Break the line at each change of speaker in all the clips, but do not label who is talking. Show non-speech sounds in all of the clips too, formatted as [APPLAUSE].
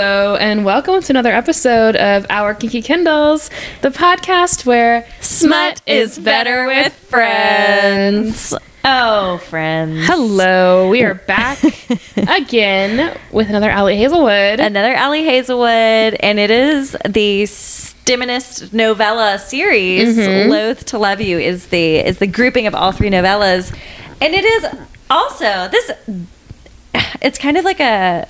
and welcome to another episode of Our Kinky Kindles, the podcast where
Smut is better with friends. Oh, friends.
Hello, we are back
[LAUGHS]
again with another Allie Hazelwood.
Another Allie Hazelwood, and it is the Stiminist novella series.
Mm-hmm.
Loath to Love You is the is the grouping of all three novellas. And it is also this it's kind of like a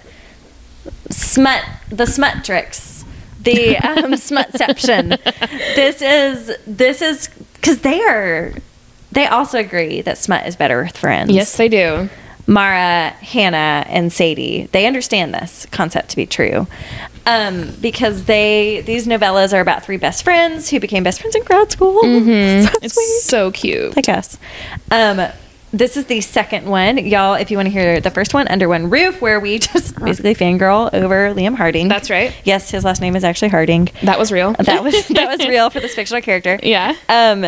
smut the smut tricks.
[LAUGHS]
The um, smutception. This is this is because they are they also agree that smut is better with friends.
yes, they do.
Mara, Hannah, and Sadie, they understand this concept to be true. Um, because they these novellas are about three best friends who became best friends in grad school. [LAUGHS] So
Mm-hmm. It's
Oh, sweet.
so cute.
I guess. Um, this is the second one, y'all. If you want to hear the first one, under one roof, where we [LAUGHS] just basically fangirl over Liam Harding.
That's right.
Yes, his last name is actually Harding.
That was real.
That
[LAUGHS]
was that was real for this fictional character
yeah.
um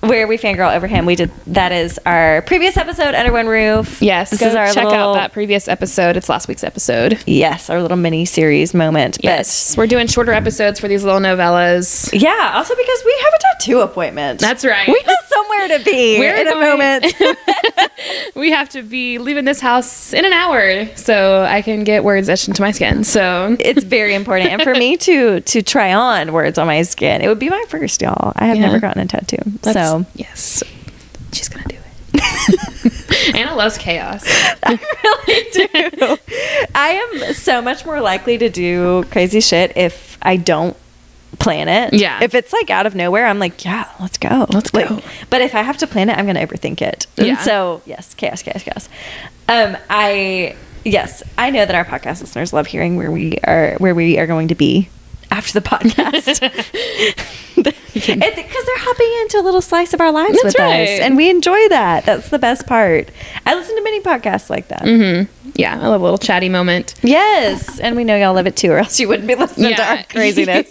where we fangirl over him. We did that is our previous episode under one roof.
Yes,
this
go
is our
check
little,
out that previous episode. It's last week's episode.
Yes, our little mini series moment.
Yes, we're doing shorter episodes for these little novellas.
But yeah, also because we have a tattoo appointment.
That's right.
We have somewhere to
[LAUGHS]
be
We're
in a
going-
moment.
[LAUGHS] We have to be leaving this house in an hour so I can get words etched into my skin. So
it's very important, and
[LAUGHS]
for me to to try on words on my skin, it would be my first, y'all. I have
Yeah.
never gotten a tattoo,
that's-
so
yes, she's gonna do it. [LAUGHS] Anna loves chaos.
[LAUGHS] I
[LAUGHS]
really do. I am so much more likely to do crazy shit if I don't plan it.
Yeah.
If it's like out of nowhere, I'm like, yeah, let's go.
Let's
Like,
go.
But if I have to plan it, I'm going to overthink it. And
Yeah.
so, yes, chaos, chaos, chaos. Um, I yes, I know that our podcast listeners love hearing where we are where we are going to be after
[LAUGHS]
the podcast. [LAUGHS] Because they're hopping into a little slice of our lives
That's
with
right.
us, and we enjoy that. That's the best part. I listen to many podcasts like that.
Mm-hmm. Yeah, I love a little chatty moment.
Yes, and we know y'all love it too, or else you wouldn't be listening to our craziness.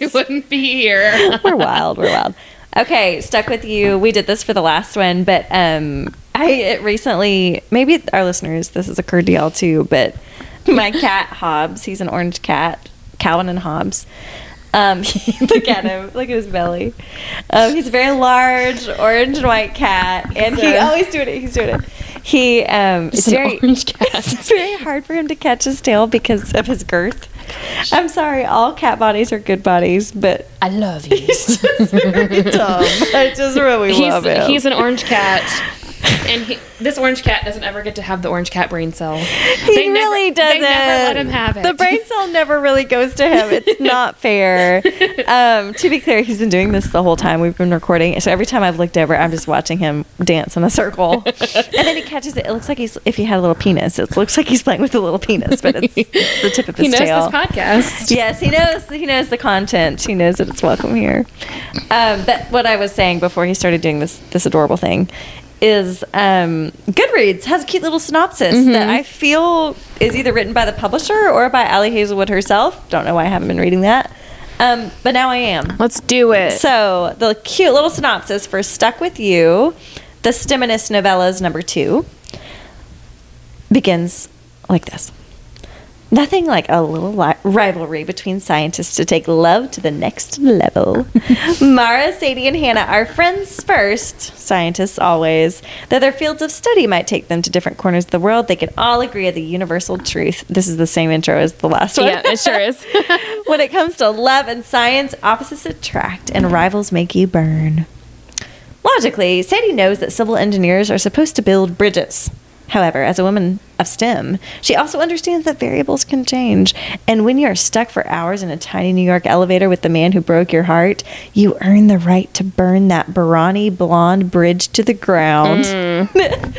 [LAUGHS] you wouldn't be here.
[LAUGHS] we're wild. We're wild. Okay, stuck with you. We did this for the last one, but um, I it recently maybe our listeners this has occurred to y'all too, but
[LAUGHS]
my cat Hobbs, he's an orange cat, Calvin and Hobbs. Um, [LAUGHS] look at him. Look at his belly. Um, he's a very large orange and white cat, and he oh, he's doing it. He's doing it. He um, is
an
very [LAUGHS]
orange cat.
it's very hard for him to catch his tail because of his girth. I'm sorry, all cat bodies are good bodies, but
I love you.
He's just very dumb. I just
[LAUGHS]
really
He's,
love him.
he's an orange cat. And he, this orange cat doesn't ever get to have the orange cat brain cell.
he
they never-
really
they
doesn't.
never let him have it.
The brain cell never really goes to him.
[LAUGHS]
It's not fair. Um, to be clear, he's been doing this the whole time we've been recording. So every time I've looked over, I'm just watching him dance in
[LAUGHS]
a circle. and then he catches it. It looks like he's if he had a little penis. It looks like he's playing with a little penis,
[LAUGHS]
but it's, it's the tip of his
He knows
tail.
this podcast.
yes, he knows. He knows the content. He knows that it's welcome here. Um, but what I was saying before he started doing this this adorable thing is um, Goodreads has a cute little synopsis
Mm-hmm.
that I feel is either written by the publisher or by Allie Hazelwood herself. Don't know why I haven't been reading that, um, but now I am.
Let's do it.
So the cute little synopsis for "Stuck with You," the Stiminus novellas number two, begins like this. Nothing like a little li- rivalry between scientists to take love to the next level.
[LAUGHS]
Mara, Sadie, and Hannah are friends first, scientists always. Though their fields of study might take them to different corners of the world, they can all agree at the universal truth. This is the same intro as the last one.
yeah, it sure is.
[LAUGHS] when it comes to love and science, opposites attract and rivals make you burn. Logically, Sadie knows that civil engineers are supposed to build bridges. However, as a woman of STEM, she also understands that variables can change. And when you are stuck for hours in a tiny New York elevator with the man who broke your heart, you earn the right to burn that brawny blonde bridge to the ground.
Mm.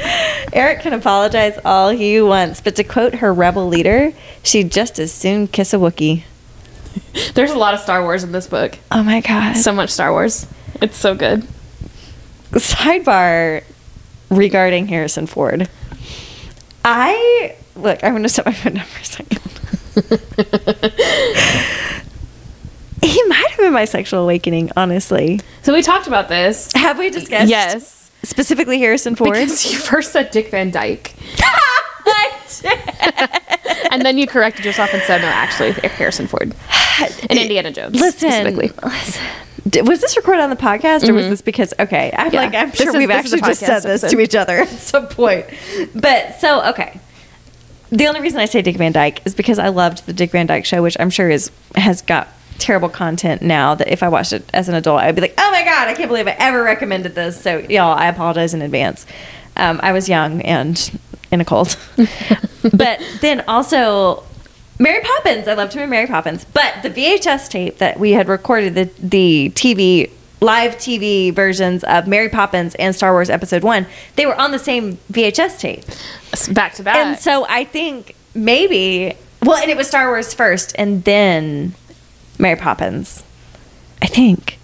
[LAUGHS] Eric can apologize all he wants, but to quote her rebel leader, she'd just as soon kiss a Wookiee.
There's a lot of Star Wars in this book.
Oh my God.
So much Star Wars. It's so good.
sidebar regarding Harrison Ford. I look, I'm gonna set my phone down for a [LAUGHS] second. he might have been my sexual awakening, honestly.
So we talked about
[LAUGHS]
this.
Have we discussed
Yes.
specifically Harrison Ford?
Because you first said Dick Van [LAUGHS] Dyke, and then you corrected yourself and said, no, actually, Harrison Ford.
[SIGHS]
and Indiana Jones.
Listen,
specifically. Mm-hmm.
listen. D- Was this recorded on the podcast, or was this because? Okay, I'm
Yeah.
like, I'm
This
sure
is-
we've
this is a
actually just
podcast
said this to
episode.
each other [LAUGHS] at some point. But so okay, the only reason I say Dick Van Dyke is because I loved the Dick Van Dyke Show, which I'm sure is has got terrible content now. That if I watched it as an adult, I'd be like, oh my god, I can't believe I ever recommended this. So y'all, I apologize in advance. Um, I was young and in a cult, but then also Mary Poppins. I loved him in Mary Poppins, but the VHS tape that we had recorded the the TV live TV versions of Mary Poppins and Star Wars Episode One, they were on the same VHS tape.
Back to back.
And so I think maybe well, and it was Star Wars first, and then Mary Poppins, I think,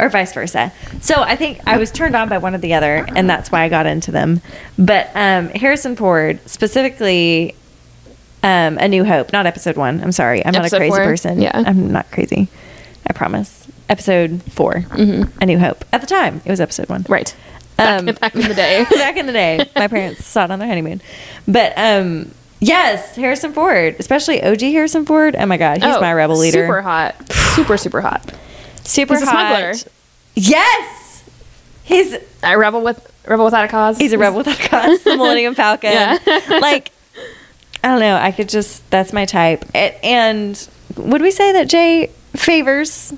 or vice versa. So I think I was turned on by one or the other, and that's why I got into them. But um, Harrison Ford specifically. Um, a New Hope, not episode one. I'm sorry. I'm not a
Episode
crazy
four,
person.
yeah.
I'm not crazy. I promise. Episode 4 A New Hope. At the time, it was episode one
Mm-hmm. right. Back,
Um,
in, back in the day.
[LAUGHS] back in the day. My parents saw it on their honeymoon. But um yes, Harrison Ford, especially OG Harrison Ford. Oh my god, he's
Oh,
my rebel leader.
Super hot. Super, super hot.
Super
He's a smuggler.
Yes. He's
I rebel with rebel without a cause.
he's a rebel without a cause, the Millennium Falcon.
Yeah.
[LAUGHS] like I don't know, I could just that's my type. A- and would we say that Jay favors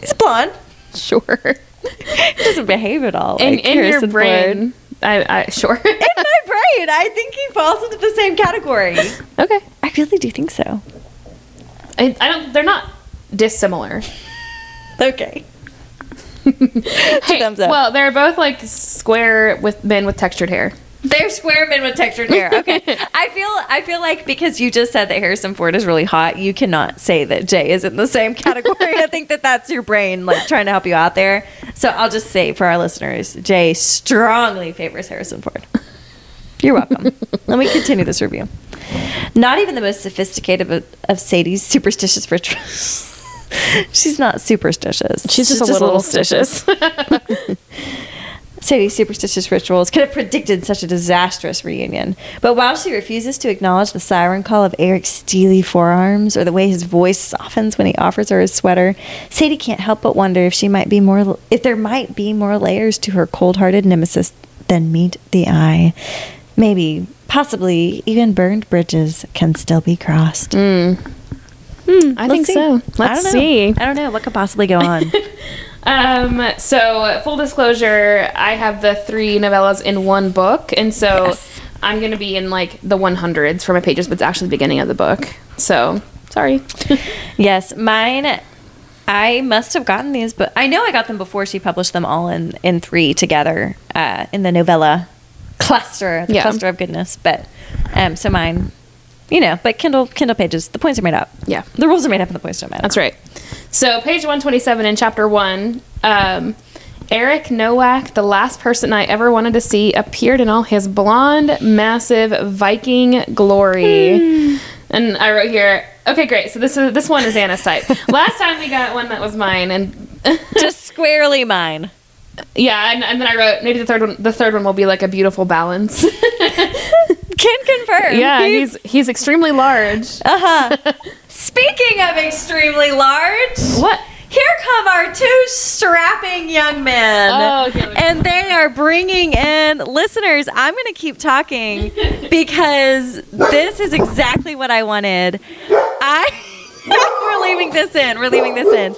he's blonde.
[LAUGHS]
[LAUGHS]
Sure.
He doesn't behave at all.
In,
like
in your
Harrison Ford.
brain. I, I
[LAUGHS]
sure. [LAUGHS]
In my brain, I think he falls into the same category.
okay.
I really do think so.
I, I don't. They're not dissimilar.
Okay.
Hey,
thumbs up.
Well, they're both like square with men with textured hair.
They're square men with textured hair. [LAUGHS] Okay. I feel I feel like because you just said that Harrison Ford is really hot, you cannot say that Jay is in the same category. I think that that's your brain like trying to help you out there. So I'll just say for our listeners, Jay strongly favors Harrison Ford. You're [LAUGHS] welcome. Let me continue this review. Not even the most sophisticated of, of Sadie's superstitious rituals. [LAUGHS] She's not superstitious. [LAUGHS] Sadie's superstitious rituals could have predicted such a disastrous reunion. But while she refuses to acknowledge the siren call of Eric's steely forearms or the way his voice softens when he offers her his sweater, Sadie can't help but wonder if she might be more if there might be more layers to her cold-hearted nemesis than meet the eye. Maybe, possibly, even burned bridges can still be crossed.
I think so.
I
Let's
don't know.
see.
I don't know what could possibly
[LAUGHS]
go on.
Um, so full disclosure, I have the three novellas in one book, and so
Yes.
I'm gonna be in like the 100s for my pages, but it's actually the beginning of the book. So sorry. [LAUGHS]
Yes, mine. I must have gotten these, but I know I got them before she published them all in in three together uh, in the novella cluster, the
Yeah.
cluster of goodness. But um, so mine, you know, but Kindle Kindle pages, the points are made up.
Yeah.
the rules are made up, and the points don't matter.
That's right. So, page 127 in chapter 1, um, Eric Nowak, the last person I ever wanted to see, appeared in all his blonde, massive Viking glory. And I wrote here, okay, great. So, this is this one is Anna's type. last time we got one that was mine, and
[LAUGHS]
[LAUGHS]
just squarely mine.
yeah, and, and then I wrote maybe the third one. The third one will be like a beautiful balance.
Can confirm. uh-huh.
yeah, he's he's extremely large. [LAUGHS]
speaking of extremely large.
What?
Here come our two strapping young men.
Oh, okay.
And they are bringing in listeners. I'm going to keep talking
[LAUGHS]
because this is exactly what I wanted. I [LAUGHS] We're leaving this in. We're leaving this in.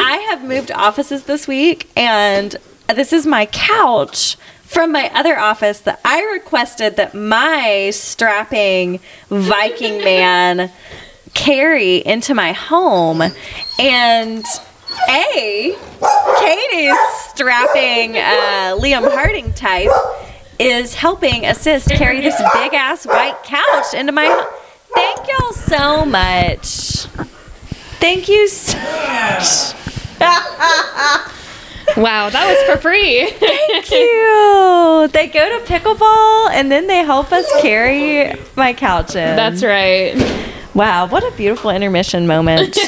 I have moved offices this week and this is my couch from my other office that I requested that my strapping
[LAUGHS]
Viking man carry into my home and a katie's strapping uh, liam harding type is helping assist carry this big ass white couch into my home thank y'all so much thank you so
Wow, that was for free.
cute they go to pickleball and then they help us carry my couch in
That's right.
Wow, what a beautiful intermission [LAUGHS] moment.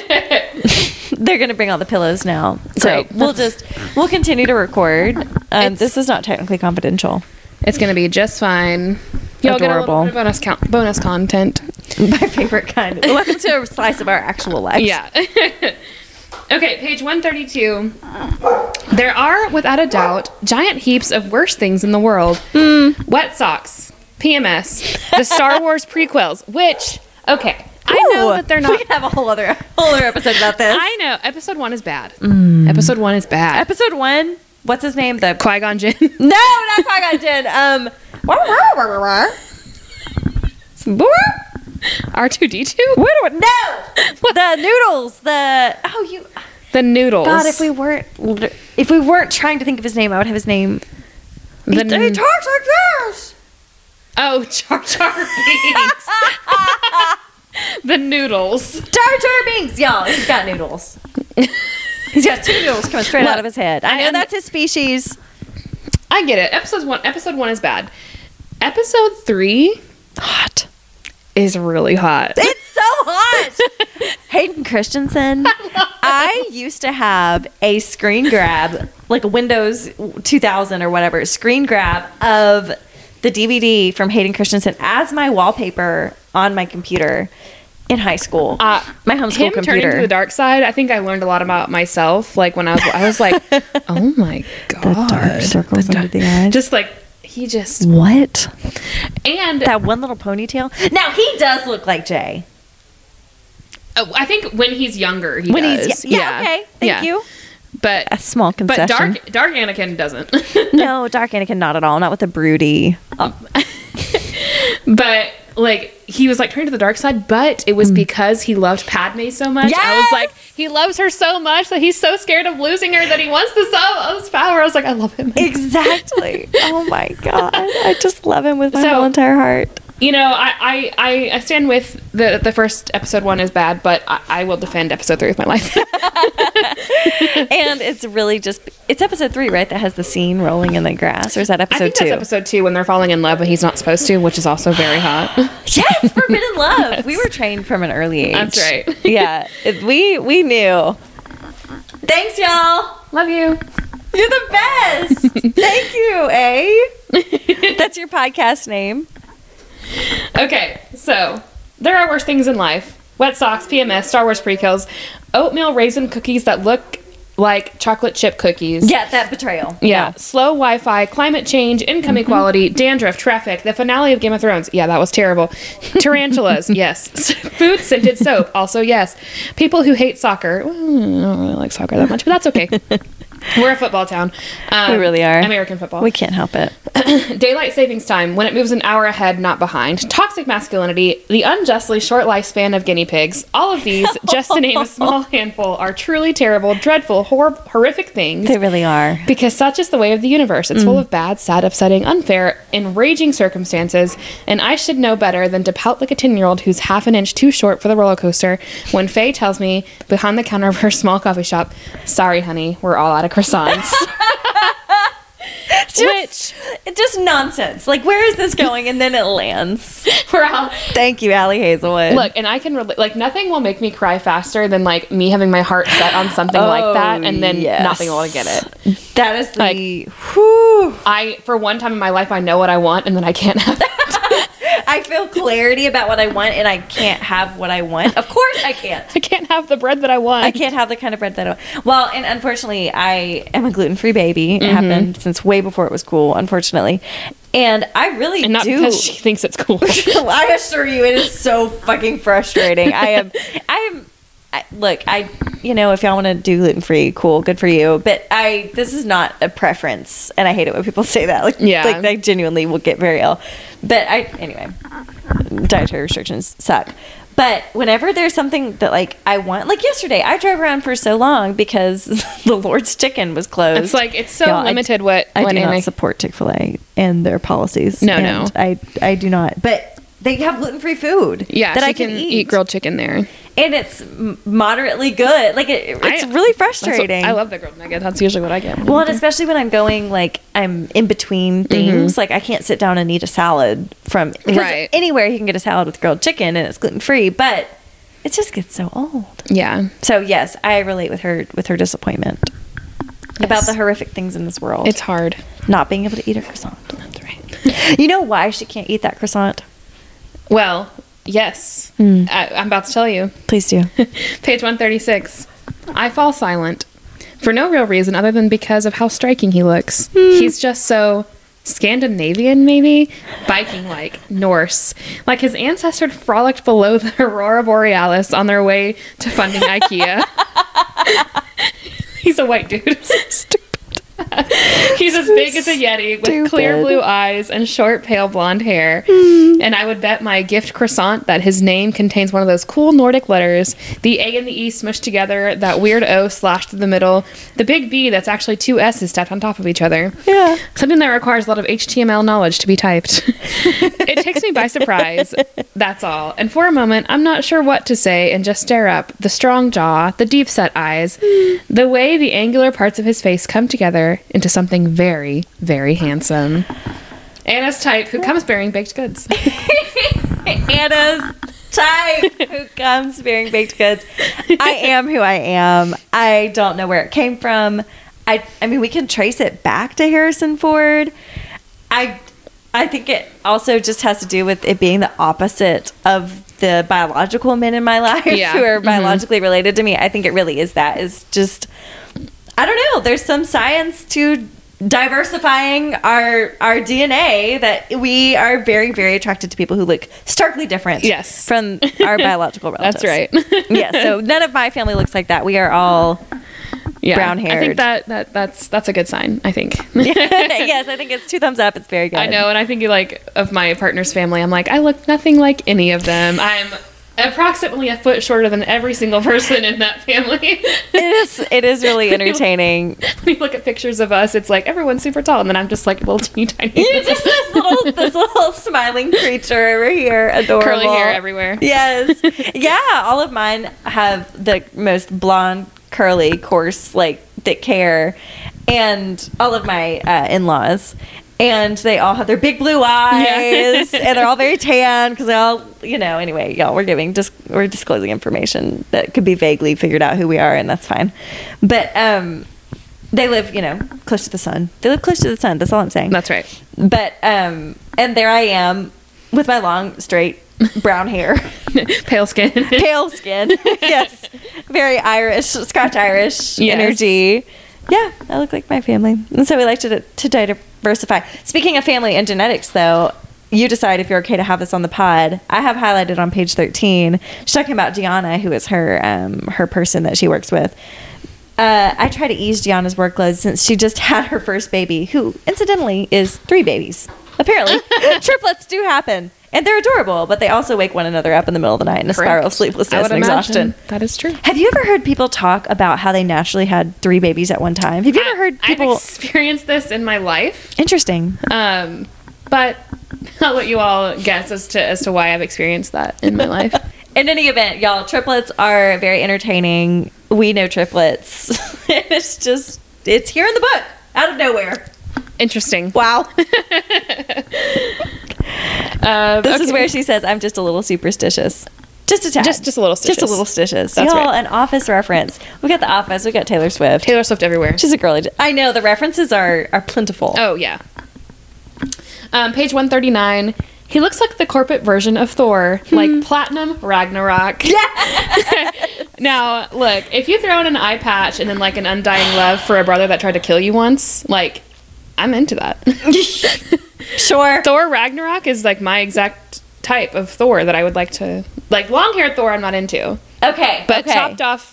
They're going to bring all the pillows now. So
Great.
we'll just we'll continue to record. Um, this is not technically confidential.
It's gonna be just fine. Y'all get a
Adorable.
little bit of bonus count, bonus content.
My favorite kind. [LAUGHS] Welcome to a slice of our actual life.
Yeah. [LAUGHS] okay, page 132. There are, without a doubt, giant heaps of worse things in the world. Wet socks, PMS, the [LAUGHS] Star Wars prequels, which, okay, I know that they're
We
not.
could have a whole other whole other episode about this.
I know. Episode one is bad. Episode one is bad.
Episode one. What's his name? The
Qui Gon Jinn. [LAUGHS]
no, not [LAUGHS] Qui Gon Jinn. Um, wah, wah, wah, wah, wah. Boor?
R two D two.
What do I- no, [LAUGHS] the noodles. The oh, you
The noodles.
God. If we weren't if we weren't trying to think of his name, I would have his name.
The
he, he
n-
talks like this.
oh, Char Char [LAUGHS] Binks. the noodles.
[LAUGHS] Jar Jar Binks, y'all. He's got noodles.
[LAUGHS]
he's got two noodles coming straight out of his head. I know
I-
that's his species.
I get it. Episode one. Episode one is bad. Episode three
Hot.
is really hot.
It's so hot. [LAUGHS]
[LAUGHS]
Hayden Christensen. I used to have a screen grab, like a Windows 2000 or whatever, screen grab of the DVD from Hayden Christensen as my wallpaper on my computer in high school.
Uh,
my homeschool
Him turning
computer.
to the dark side. I think I learned a lot about myself. Like when I was, I was
[LAUGHS]
like, oh my god,
dark circles under the eyes.
Just like he just
what?
and
That one little ponytail. Now he does look like Jay.
oh, I think when he's younger, he
When
does.
he's yeah, yeah, okay. Thank
Yeah.
you.
But
A small concession.
but [LAUGHS] dark dark Anakin doesn't. [LAUGHS]
no, Dark Anakin not at all. Not with the broody.
but like he was like turned to the dark side, but it was because he loved Padme so much. I was
Yes!
like, he loves her so much that he's so scared of losing her that he wants this all this power. I was like, I love him.
Exactly. oh my god, I just love him with my
So-
whole entire heart.
you know, I, I, I, I stand with the the first episode one is bad, but I, I will defend episode three with my [LAUGHS] life.
And it's really just it's episode three, right? That has the scene rolling in the grass, or is that
I
episode
think
two?
that's episode two when they're falling in love, but he's not supposed to, which is also very hot.
[LAUGHS] yes, forbidden love. We were trained from an early
[LAUGHS]
age.
That's right.
yeah, it- we we knew. Thanks, y'all.
love you. [LAUGHS]
You're the best. [LAUGHS] Thank you, eh? That's your podcast name.
Okay, so there are worse things in life: wet socks, PMS, Star Wars prequels, oatmeal raisin cookies that look like chocolate chip cookies.
Yeah, that betrayal.
Yeah. Slow Wi Fi, climate change, income
Mm-hmm.
equality, dandruff, traffic, the finale of Game of Thrones. Yeah, that was
[LAUGHS]
terrible. Tarantulas, yes. [LAUGHS] Food scented soap, also yes. People who hate soccer. Well, I don't really like soccer that much, but that's
[LAUGHS]
okay. We're a football town. Um,
We really are.
American football.
We can't help it.
Daylight savings time, when it moves an hour ahead, not behind. Toxic masculinity, the unjustly short lifespan of guinea pigs. All of
[LAUGHS]
these, just to name a small handful, are truly terrible, dreadful, hor- horrific things.
They Mm. really are.
Because such is the way of the universe. It's full of bad, sad, upsetting, unfair, enraging circumstances, and I should know better than to pout like a 10 year old who's half an inch too short for the roller coaster when Faye tells me behind the counter of her [LAUGHS] small coffee shop, Sorry, honey, we're all out of
[LAUGHS]
croissants. [LAUGHS]
just, Which just nonsense. Like, where is this going? And then it lands.
we're all.
Thank you, Allie Hazelwood.
Look, and I can relate, like, nothing will make me cry faster than, like, me having my heart set on something like
Oh,
that and then not being able to get it.
That is the
Like-
whew,
I, for one time in my life, I know what I want and then I can't [LAUGHS] have it.
I feel clarity about what I want, and I can't have what I want. Of course, I can't.
I can't have the bread that I want.
I can't have the kind of bread that I want. Well, and unfortunately, I am a gluten free baby. It
Mm-hmm.
happened since way before it was cool. Unfortunately, and I really
and not
do.
because she thinks it's
[LAUGHS]
cool.
I assure you, it is so fucking frustrating. I am, I am. I, look, I, you know, if y'all want to do gluten free, cool, good for you. But I, this is not a preference, and I hate it when people say that. Like,
Yeah.
like I genuinely will get very ill. But I, anyway, dietary restrictions suck. But whenever there's something that like I want, like yesterday, I drove around for so long because [LAUGHS] the Lord's Chicken was closed.
It's like it's so
Y'all, I-
limited what
I
what
do
Anna-
not support Chick Fil A and their policies.
No,
and
no.
I I do not. But they have gluten free food.
yeah,
that
she
I can, eat.
grilled chicken there.
and it's m- moderately good. Like it, it's
I-
really
That's what-
frustrating.
I love the grilled nugget. That's usually what I get.
Well, and especially when I'm going like I'm in between
Mm-hmm.
things, like I can't sit down and eat a salad from because
Right.
anywhere you can get a salad with grilled chicken and it's gluten free, but it just gets so old.
yeah,
So yes, I relate with her with her disappointment about
Yes.
the horrific things in this world.
it's hard.
not being able to eat a croissant.
That's right.
You know why she can't eat that croissant?
Well, Yes.
Hmm.
I, I'm about to tell you.
Please do.
[LAUGHS] Page 136. I fall silent. For no real reason other than because of how striking he looks. He's just so Scandinavian, maybe? Viking like, Norse. Like his ancestors frolicked below the [LAUGHS] Aurora Borealis on their way to funding IKEA. [LAUGHS] He's a white dude.
Stupid.
[LAUGHS] He's as big as a Yeti with clear
Stupid.
blue eyes and short, pale blonde hair. And I would bet my gift croissant that his name contains one of those cool Nordic letters the A and the E smushed together, that weird O slashed through the middle, the big B that's actually two S's stacked on top of each other.
Yeah.
Something that requires a lot of HTML knowledge to be typed. [LAUGHS] it takes me by surprise, that's all. And for a moment, I'm not sure what to say and just stare up. The strong jaw, the deep set eyes, the way the angular parts of his face come together into something very, very handsome. Anna's type, who comes bearing baked goods.
Anna's type who comes bearing baked goods. I am who I am. I don't know where it came from. I I mean we can trace it back to Harrison Ford. I I think it also just has to do with it being the opposite of the biological men in my life
Yeah.
[LAUGHS] who are biologically related to me. I think it really is that. It's just I don't know. There's some science to diversifying our our DNA that we are very very attracted to people who look starkly different.
Yes.
from our biological
[LAUGHS]
relatives.
That's right.
yeah.
[LAUGHS]
So none of my family looks like that. We are all.
Yeah. I
Brown-haired.
think that, that that's that's a good sign, I think. [LAUGHS]
yes, I think it's two thumbs up. It's very good.
I know, and I think like of my partner's family, I'm like, I look nothing like any of them. I'm approximately a foot shorter than every single [LAUGHS] person in that family. [LAUGHS]
It is. It is really entertaining.
when you look at pictures of us, it's like everyone's super tall, and then I'm just like little [LAUGHS] teeny tiny,
[LAUGHS] You're just this little, this little smiling creature over here,
[LAUGHS]
adorable.
curly hair [LAUGHS] everywhere.
Yes. Yeah, all of mine have the most blonde, curly, coarse, like thick hair, and all of my uh, in-laws, and they all have their big blue eyes, and they're all very tan because they all, you know. Anyway, y'all, we're giving just we're disclosing information that could be vaguely figured out who we are, and that's fine. But um, they live, you know, close to the sun. They live close to the sun. That's all I'm saying
That's right. [LAUGHS]
but um and there i am with my long straight brown hair
Pale skin.
[LAUGHS]
[LAUGHS]
pale skin yes very irish scotch irish
Yes.
energy yeah i look like my family and so we like to, to diversify speaking of family and genetics though you decide if you're okay to have this on the pod. I have highlighted on page 13. She's talking about Gianna, who is her um, her person that she works with. Uh, I try to ease Gianna's workload since she just [LAUGHS] had her first baby, who incidentally is three babies. [LAUGHS] Apparently, triplets do happen, and they're adorable, but they also wake one another up in the middle of the night in a spiral of sleeplessness and exhaustion.
That is true.
Have you ever heard people talk about how they naturally had three babies at one time? Have you ever heard people?
I've experienced this in my life,
Interesting.
um, but [LAUGHS] I'll let you all guess as to as to why I've experienced that in my life.
[LAUGHS] In any event, y'all, triplets are very entertaining. We know triplets. [LAUGHS] it's just, it's here in the book, out of nowhere.
Interesting.
Wow.
Uh,
[LAUGHS] This
okay.
is where she says, "I'm just a little superstitious." Just a tad.
Just- just a little
Just a
stitious.
little stitious.
That's
Y'all,
right.
an Office reference. We got the Office. We got Taylor Swift.
Taylor Swift everywhere.
She's a girly. I know the references are are plentiful.
Oh yeah. Um, page one thirty nine. He looks like the corporate version of Thor,
Hmm.
like platinum Ragnarok. Yeah. [LAUGHS]
[LAUGHS]
now look, if you throw in an eye patch and then like an undying love for a brother that tried to kill you once, like I'm into that. [LAUGHS]
Sure.
Thor Ragnarok is like my exact type of Thor that I would like to like long haired Thor. I'm not into,
Okay.
but
okay.
chopped off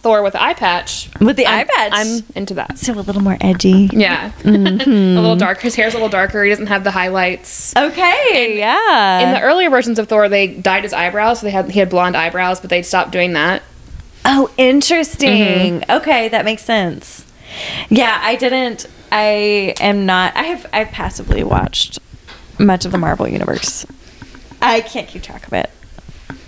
Thor with eye patch.
with the
I'm-
eye patch.
I'm into that.
so a little more edgy.
Yeah, [LAUGHS] a little dark. His hair's a little darker. He doesn't have the highlights.
Okay.
In
yeah.
the earlier versions of Thor, they dyed his eyebrows, so they had he had blonde eyebrows, but they stopped doing that.
oh, interesting. Okay, that makes sense. Yeah, I didn't. I am not. I have. I've passively watched much of the Marvel universe. I can't keep track of it.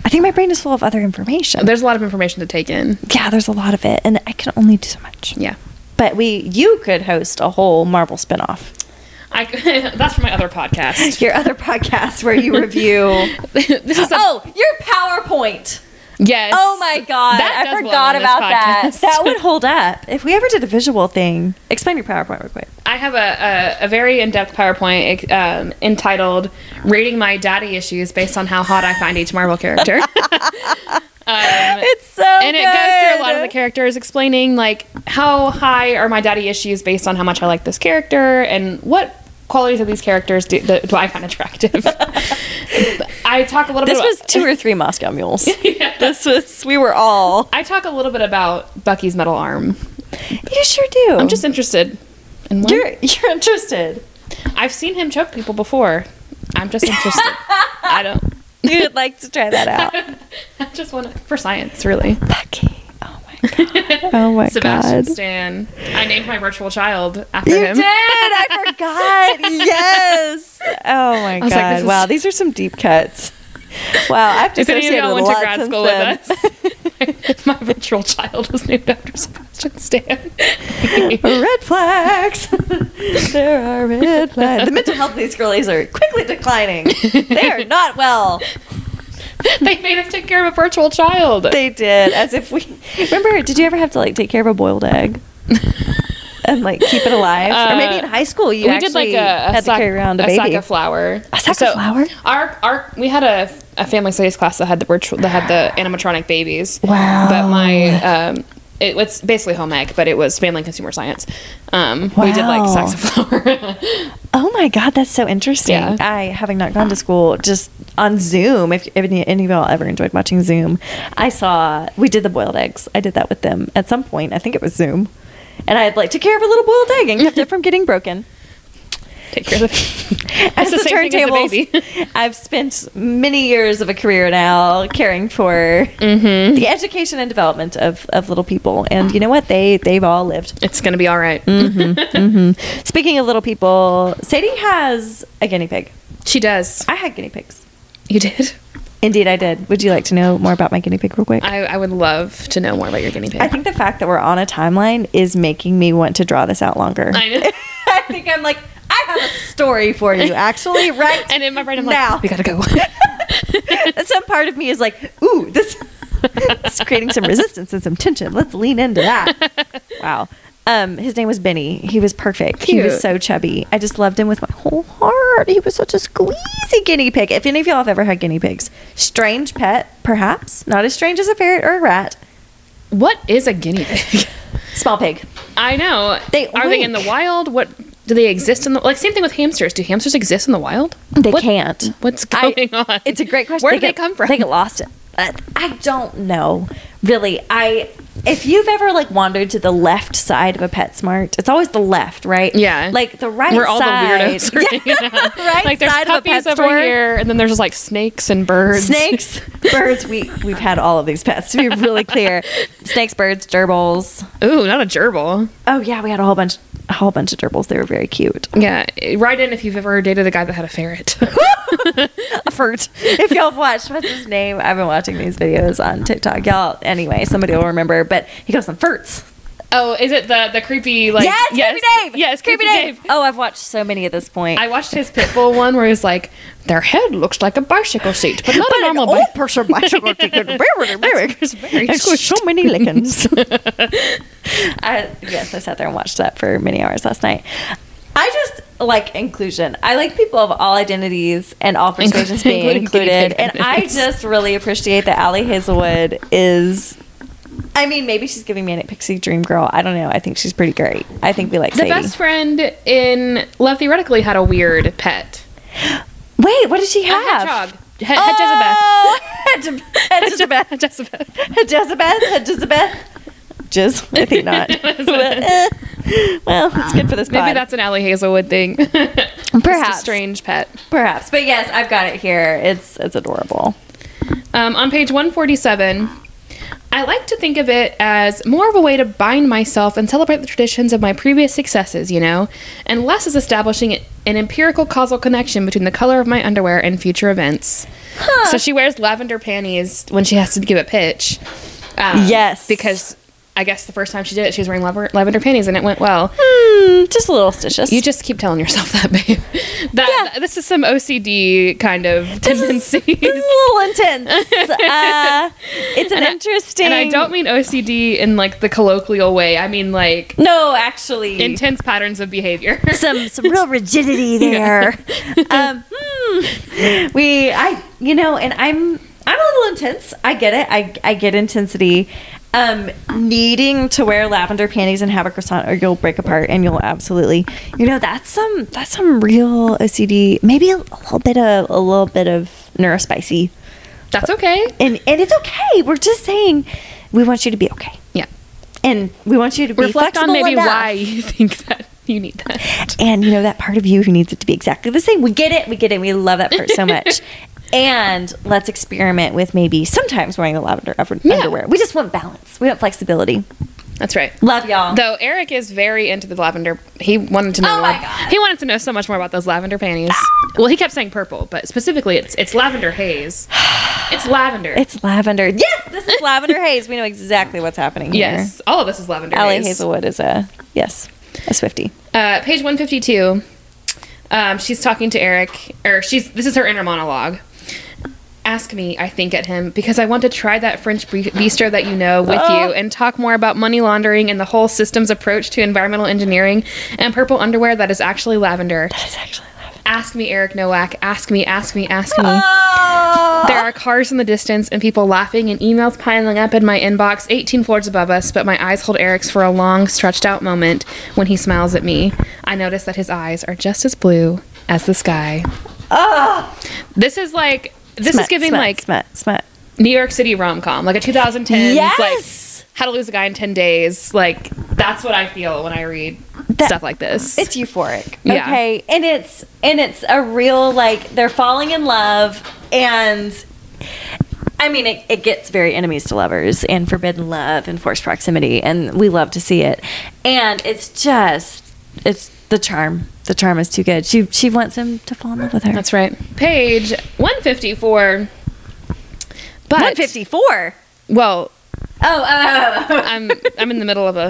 I think my brain is full of other information.
There's a lot of information to take in.
yeah, there's a lot of it, and I can only do so much.
Yeah,
But we, you could host a whole Marvel spinoff.
I, [LAUGHS] that's from my other podcast.
[LAUGHS] Your other podcast where you review.
[LAUGHS] this is a,
oh, your PowerPoint.
Yes.
Oh my god,
That
I
does belong
forgot
on this
about that.
[LAUGHS] podcast.
That would hold up if we ever did a visual thing. Explain your PowerPoint real quick.
I have a, a, a very in depth PowerPoint um, entitled Rating My Daddy Issues Based on How Hot I Find Each Marvel Character. [LAUGHS] um,
It's so [LAUGHS]
and it goes through a lot of the characters explaining like how high are my daddy issues based on how much i like this character and what qualities of these characters do, that, do i find
[LAUGHS]
attractive i talk a little
This
bit
was two or three
[LAUGHS]
Moscow mules. This was we were all.
i talk a little bit about bucky's metal arm
You sure do.
i'm just interested in one.
you're you're interested.
i've seen him choke people before i'm just
[LAUGHS]
interested i don't
You would like to try that out.
i just want to for science really
[LAUGHS] Bucky. Oh my god. Oh
[LAUGHS]
my
sebastian
god.
stan i named my virtual child after
You
him
did. I [LAUGHS] forgot. yes. Oh my
was like,
god.
this is-
wow, these are some deep cuts. Wow, I've
If any of
dissociated
y'all
with
went to
a lot
grad
since
school
then.
with us, [LAUGHS] my virtual child was named after Sebastian
[LAUGHS]
Stan.
red flags. [LAUGHS] there are red flags. The mental health of these girlies are quickly declining. They are not well.
they made us take care of a virtual child.
[LAUGHS] They did, as if we remember. Did you ever have to like take care of a boiled [LAUGHS] egg and like keep it alive, or maybe in
Uh,
high school you
we
actually
did like a, a
had
sack-
to carry around a,
a
baby?
sack of flour.
A sack of flour?
Our our we had a, a family studies class that had the virtual that had the animatronic babies.
Wow.
But my um, it was basically home ec, but it was family and consumer science. Um, we did like
Wow.
sacks of flour. [LAUGHS]
Oh my god, that's so interesting.
Yeah.
I having not gone to school, just on Zoom. If, if any, any of y'all ever enjoyed watching Zoom, I saw we did the boiled eggs. I did that with them at some point. I think it was Zoom, and I had like took care of a little boiled egg and kept it from getting
[LAUGHS]
broken.
take care of the. [LAUGHS]
As the,
the same thing as the
turntables, [LAUGHS] I've spent many years of a career now caring for
Mm-hmm.
the education and development of, of little people, and you know what? They they've all lived.
[LAUGHS] It's gonna be all right.
Mm-hmm. Speaking of little people, Sadie has a guinea pig.
She does.
I had guinea pigs.
You did.
Indeed, I did. Would you like to know more about my guinea pig, real quick? I,
I, I would love to know more about your guinea pig.
think the fact that we're on a timeline is making me want to draw this out longer.
I know.
[LAUGHS] I think I'm like, I have a story for
[LAUGHS]
you, actually, right?
And in my brain, I'm
Now.
like, we gotta [LAUGHS] go.
[LAUGHS] Some part of me is like, ooh, this [LAUGHS] it's creating some resistance and some tension. Let's lean
[LAUGHS]
into that. Wow. Um, his name was Benny. He was perfect. He was
Cute.
so chubby. I just loved him with my whole heart. He was such a squeezy guinea pig. If any of y'all have ever had guinea pigs, strange pet, perhaps not as strange as a ferret or a rat.
what is a guinea pig? [LAUGHS]
Small pig.
I know.
They
are they in the
wink.
wild? What do they exist in the like? Same thing with hamsters. Do hamsters exist in the wild?
They
What-
can't.
What's
I-
going on?
It's a great question.
Where do they
get-
come from?
They get lost. Uh, I don't know. Really, I if you've ever like wandered to the left side of a PetSmart, it's always the left, right?
Yeah.
Like the right
Where all
side.
the weirdos [LAUGHS] are
Yeah,
hanging out.
[LAUGHS]
[LAUGHS]
right
Like there's
side
puppies
of a pet
over
store.
here, and then there's just like snakes and birds.
Snakes, [LAUGHS] birds. We we've had all of these pets. To be really clear, snakes, birds, gerbils.
[LAUGHS] Ooh, not a gerbil.
Oh yeah, we had a whole bunch, a whole bunch of gerbils. They were very [LAUGHS] cute.
Yeah, write in if you've ever dated a guy that had a ferret. [LAUGHS]
Effort. If y'all have watched what's his name, I've been watching these videos on TikTok. Y'all, anyway, somebody will remember. But he goes on Ferts.
oh, is it the the creepy like?
yes, Creepy Dave.
Yes, creepy, Dave.
Oh, I've watched so many at this point.
I watched his Pitbull one where he's like, their head looks like a bicycle seat, but not a normal bike. [LAUGHS]
person bicycle
It's very
so many lickings. [LAUGHS] I, yes, I sat there and watched that for many hours last night. I just like inclusion. I like people of all identities and all persuasions being
Including guinea pig
included. And
[LAUGHS]
I
identities.
just really appreciate that Allie Hazelwood is. I mean, maybe she's giving Manic Pixie Dream Girl. I don't know. I think she's pretty great. I think we like
The
Sadie.
best friend in Love Theoretically had a weird pet.
Wait, what did she
A
have?
hedgehog. Oh. He- Hedgehog
Oh! [LAUGHS] Jezebeth. Jezebeth.
Jezebeth. Jezebeth.
Jezebeth. Jezebeth. Jez. I think not. [LAUGHS] well, it's good for this
Maybe
pod.
that's an Allie Hazelwood thing. [LAUGHS] Perhaps.
Perhaps.
a strange pet.
Perhaps. But yes, I've got it here. It's it's adorable.
Um, on page 147, I like to think of it as more of a way to bind myself and celebrate the traditions of my previous successes, you know, and less as establishing an empirical causal connection between the color of my underwear and future events. So she wears lavender panties when she has to give a pitch. um,
Yes.
Because I guess the first time she did it, she was wearing laver- lavender panties, and it went well.
Hmm, just a little stitches.
You just keep telling yourself [LAUGHS] that, babe. That
Yeah.
this is some OCD kind of tendencies.
this is a little intense. Uh, it's an interesting.
And I don't mean OCD in like the colloquial way. I mean like
No, actually,
intense patterns of behavior.
Mm. [LAUGHS] some some real rigidity there. um, hmm. we, I, you know, and I'm I'm a little intense. I get it. I I get intensity. Um, needing to wear lavender panties and have a croissant, or you'll break apart, and you'll absolutely, you know, that's some that's some real OCD. Maybe a, little bit of a little bit of neurospicy,
[LAUGHS] That's okay.
and and it's okay. We're just saying, we want you to be okay,
Yeah.
and we want you to be
Reflect on
flexible
maybe
enough.
why you [LAUGHS] think that you need that.
And you know that part of you who needs it to be exactly the same. We get it. We get it. We love that part
[LAUGHS]
so much. and let's experiment with maybe sometimes wearing the lavender ever-
Yeah.
underwear. We just want balance. We want flexibility.
That's right.
Love y'all.
Though Eric is very into the lavender. He wanted to know.
Oh my
more-
God. Ah.
He wanted to know so much more about those lavender panties. Well, he kept saying purple, but specifically it's it's lavender
[SIGHS]
haze. It's lavender.
it's lavender. Yes,
[LAUGHS]
this is lavender haze. We know exactly what's happening here.
yes. All of this is lavender
Allie
haze.
Hazelwood is a yes, a Swifty.
Uh, page 152. Um, she's talking to Eric, or she's. This is her inner monologue. Ask me, I think at him because I want to try that French bri- bistro that you know with
Oh.
you and talk more about money laundering and the whole systems approach to environmental engineering and purple underwear that is actually lavender.
It's actually lavender.
Ask me, Eric Nowak. Ask me, ask me, ask me.
Oh,
There are cars in the distance and people laughing and emails piling up in my inbox 18 floors above us, but my eyes hold Eric's for a long, stretched out moment when he smiles at me. I notice that his eyes are just as blue as the sky. This is like, this is giving like
Oh. smut, smut.
New York City rom com, like a 2010s,
Yes!
like How to Lose a Guy in 10 Days. Like, that's what I feel when I read
That-
stuff like this.
It's euphoric.
[LAUGHS] Yeah.
Okay. And it's and it's a real like they're falling in love and I mean it, it gets very enemies to lovers and forbidden love and forced proximity and we love to see it. And it's just it's the charm. The charm is too good. She she wants him to fall in love with her.
that's right. Page 154. But,
154. Oh,
well,
oh, oh, oh.
I'm I'm in the middle of a.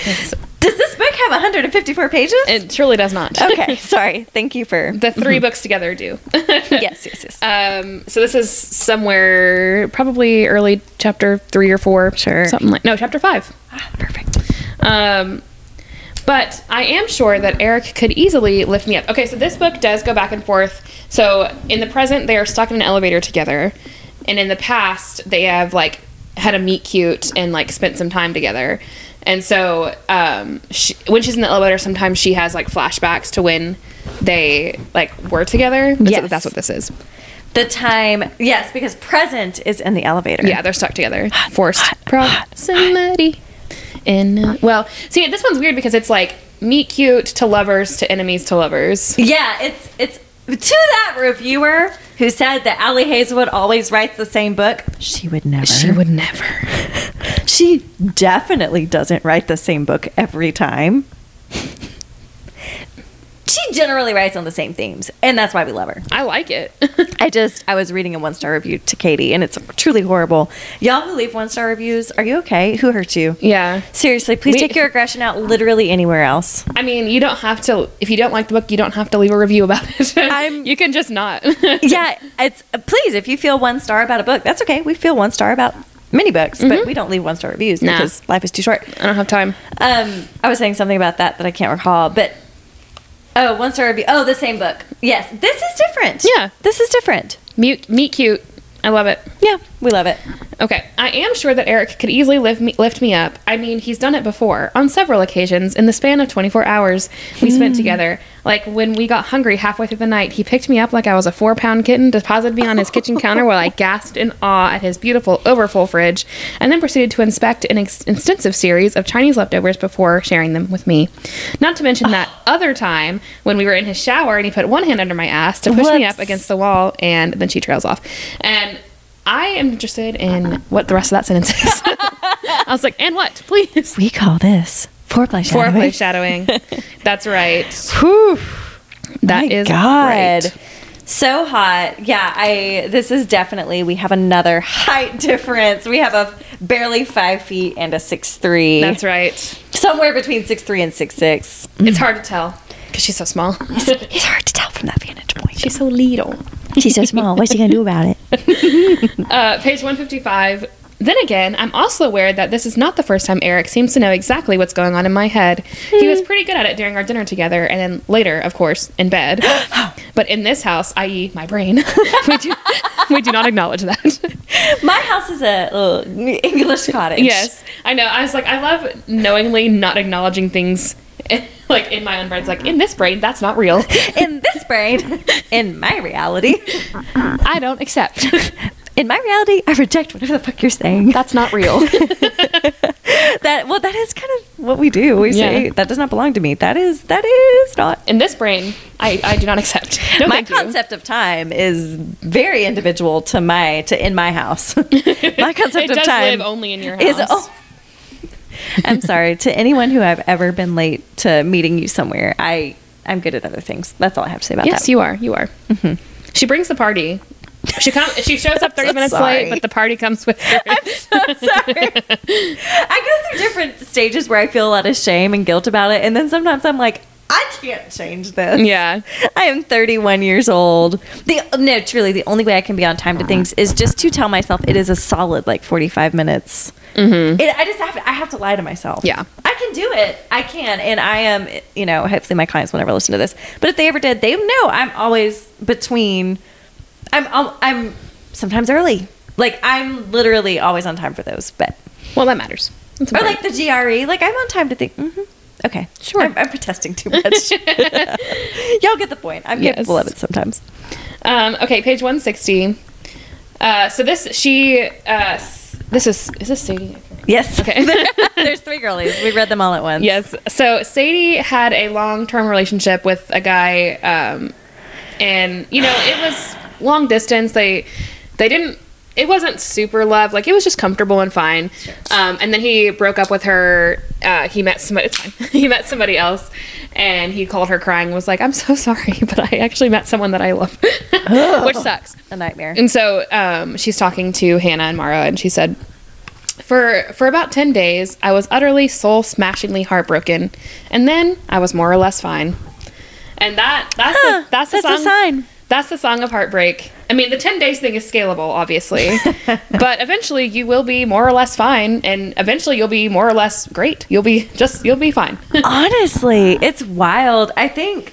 it's-
[LAUGHS] Does this book have 154 pages?
it surely does not.
okay, Mm-hmm. sorry. Thank you for
[LAUGHS] the 3 books together do. [LAUGHS]
Yes, yes, yes.
Um, so this is somewhere probably early chapter three or four.
Sure.
Something like no chapter five.
Ah, perfect.
Um, but I am sure that Eric could easily lift me up. Okay, so this book does go back and forth. So in the present, they are stuck in an elevator together, and in the past, they have like had a meet cute and like spent some time together. And so um, she, when she's in the elevator, sometimes she has like flashbacks to when they like were together. That's,
Yes.
that's what this is.
The time, yes, because present is in the elevator.
Yeah, they're stuck together. Forced proximity. And well, see, this one's weird because it's like meet cute to lovers to enemies to lovers.
Yeah, it's it's to that reviewer who said that Allie Hazelwood always writes the same book. She would never. She,
would never.
definitely doesn't write the same book every time. she generally writes on the same themes, and that's why we love her.
I like it.
I just I was reading a one star review to Katie, and it's truly horrible. Y'all who leave one star reviews, are you okay? Who hurt you?
[LAUGHS] yeah.
Seriously, please
We-
take your aggression out literally anywhere else.
I mean, you don't have to if you don't like the book, you don't have to leave a review about it. [LAUGHS]
I'm-
you can just not.
yeah, it's please if you feel one star about a book, that's okay. We feel one star about many books, but we don't leave one star reviews
Nah.
because life is too short.
[LAUGHS] I don't have time.
Um, I was saying something about that that I can't recall, but oh, one star review. Oh, the same book. Yes, this is different.
Yeah.
this is different.
Mute meet cute. I love it.
Yeah, we love it.
Okay, I am sure that Eric could easily lift me, lift me up. I mean, he's done it before on several occasions in the span of 24 hours we spent together. Like when we got hungry halfway through the night, he picked me up like I was a four pound kitten, deposited me on his kitchen counter while I gasped in awe at his beautiful, overfull fridge, and then proceeded to inspect an ex- extensive series of Chinese leftovers before sharing them with me. Not to mention that other time when we were in his shower and he put one hand under my ass to push me
Whoops.
up against the wall, and then she trails off. And I am interested in what the rest of that sentence is. [LAUGHS] I was like, and what, [LAUGHS] please?
We call this foreplay
[LAUGHS]
shadowing.
Foreplay shadowing. That's right.
Whew,
That
my
is
God.
right.
So hot. Yeah, I this is definitely we have another height [LAUGHS] difference. We have a barely five feet and a six three.
That's right.
Somewhere between six three and six six.
It's hard to tell because she's so small.
It's hard to tell from that vantage point.
she's so little.
[LAUGHS] She's so small. What's she gonna do about it?
Uh, page 155. Then again, I'm also aware that this is not the first time Eric seems to know exactly what's going on in my head. He
Hmm.
was pretty good at it during our dinner together, and then later, of course, in
[GASPS]
bed. but in this house, i.e., my brain, [LAUGHS] we, do, we do not acknowledge
[LAUGHS]
that.
[LAUGHS] My house is a little English cottage.
yes, I know. I was like, I love knowingly not acknowledging things. [LAUGHS] Like in my own brain, it's like in this brain, that's not real.
In this brain, in my reality,
I don't accept.
[LAUGHS] in my reality, I reject whatever the fuck you're saying.
That's not real.
That well, that is kind of what we do. We say
Yeah.
that does not belong to me. That is that is not
[LAUGHS] In this brain, I, I do not accept. No,
my
thank you.
concept of time is very individual to my to in my [LAUGHS] house. my concept
[LAUGHS] It
of
does
time
live only in your
is-
house.
oh. I'm sorry to anyone who I've ever been late to meeting you somewhere. I I'm good at other things. That's all I have to say about
Yes,
[LAUGHS] that.
you are. You are. Mm-hmm. She brings the party. She [LAUGHS] come. She shows up thirty
so
minutes
sorry.
late, but the party comes with her.
I go through different stages where I feel a lot of shame and guilt about it, and then sometimes I'm like, I can't change this.
Yeah.
I am 31 years old. The no, truly, the only way I can be on time
Uh-huh.
to things is just to tell myself it is a solid like 45 minutes. It, I just have I have to lie to myself.
Yeah.
I can do it. I can, and I am. You know, hopefully my clients will never listen to this, but if they ever did, they know I'm always between. I'm I'm, I'm sometimes early. Like I'm literally always on time for those, but
[LAUGHS] well, that matters. That's
or
important.
like the GRE. Like I'm on time to think. hmm Okay, sure. I'm, I'm protesting too
[LAUGHS]
much. [LAUGHS] Y'all get the point. I'm
Yes.
capable of it sometimes.
um, okay, page one sixty. Uh, so this she. Uh, s- this is is this Sadie?
Yes.
Okay.
[LAUGHS] There's three girlies. We read them all at once.
yes. So Sadie had a long term relationship with a guy, um, and you know it was long distance. They they didn't. It wasn't super love. Like it was just comfortable and fine. Um, and then he broke up with her. Uh, he met somebody. It's fine. [LAUGHS] he met somebody else, and he called her crying. and Was like, "I'm so sorry, [LAUGHS] but I actually met someone that I love," [LAUGHS] which sucks.
A nightmare.
And so um, she's talking to Hannah and Mara, and she said, "For for about ten days, I was utterly soul smashingly heartbroken, and then I was more or less fine." And that that's
Huh,
the, that's the
that's a
song.
sign.
That's the song of heartbreak. I mean, the ten days thing is scalable,
[LAUGHS]
obviously, but eventually you will be more or less fine, and eventually you'll be more or less great. You'll be just you'll be
[LAUGHS]
fine.
Honestly, it's wild. I think.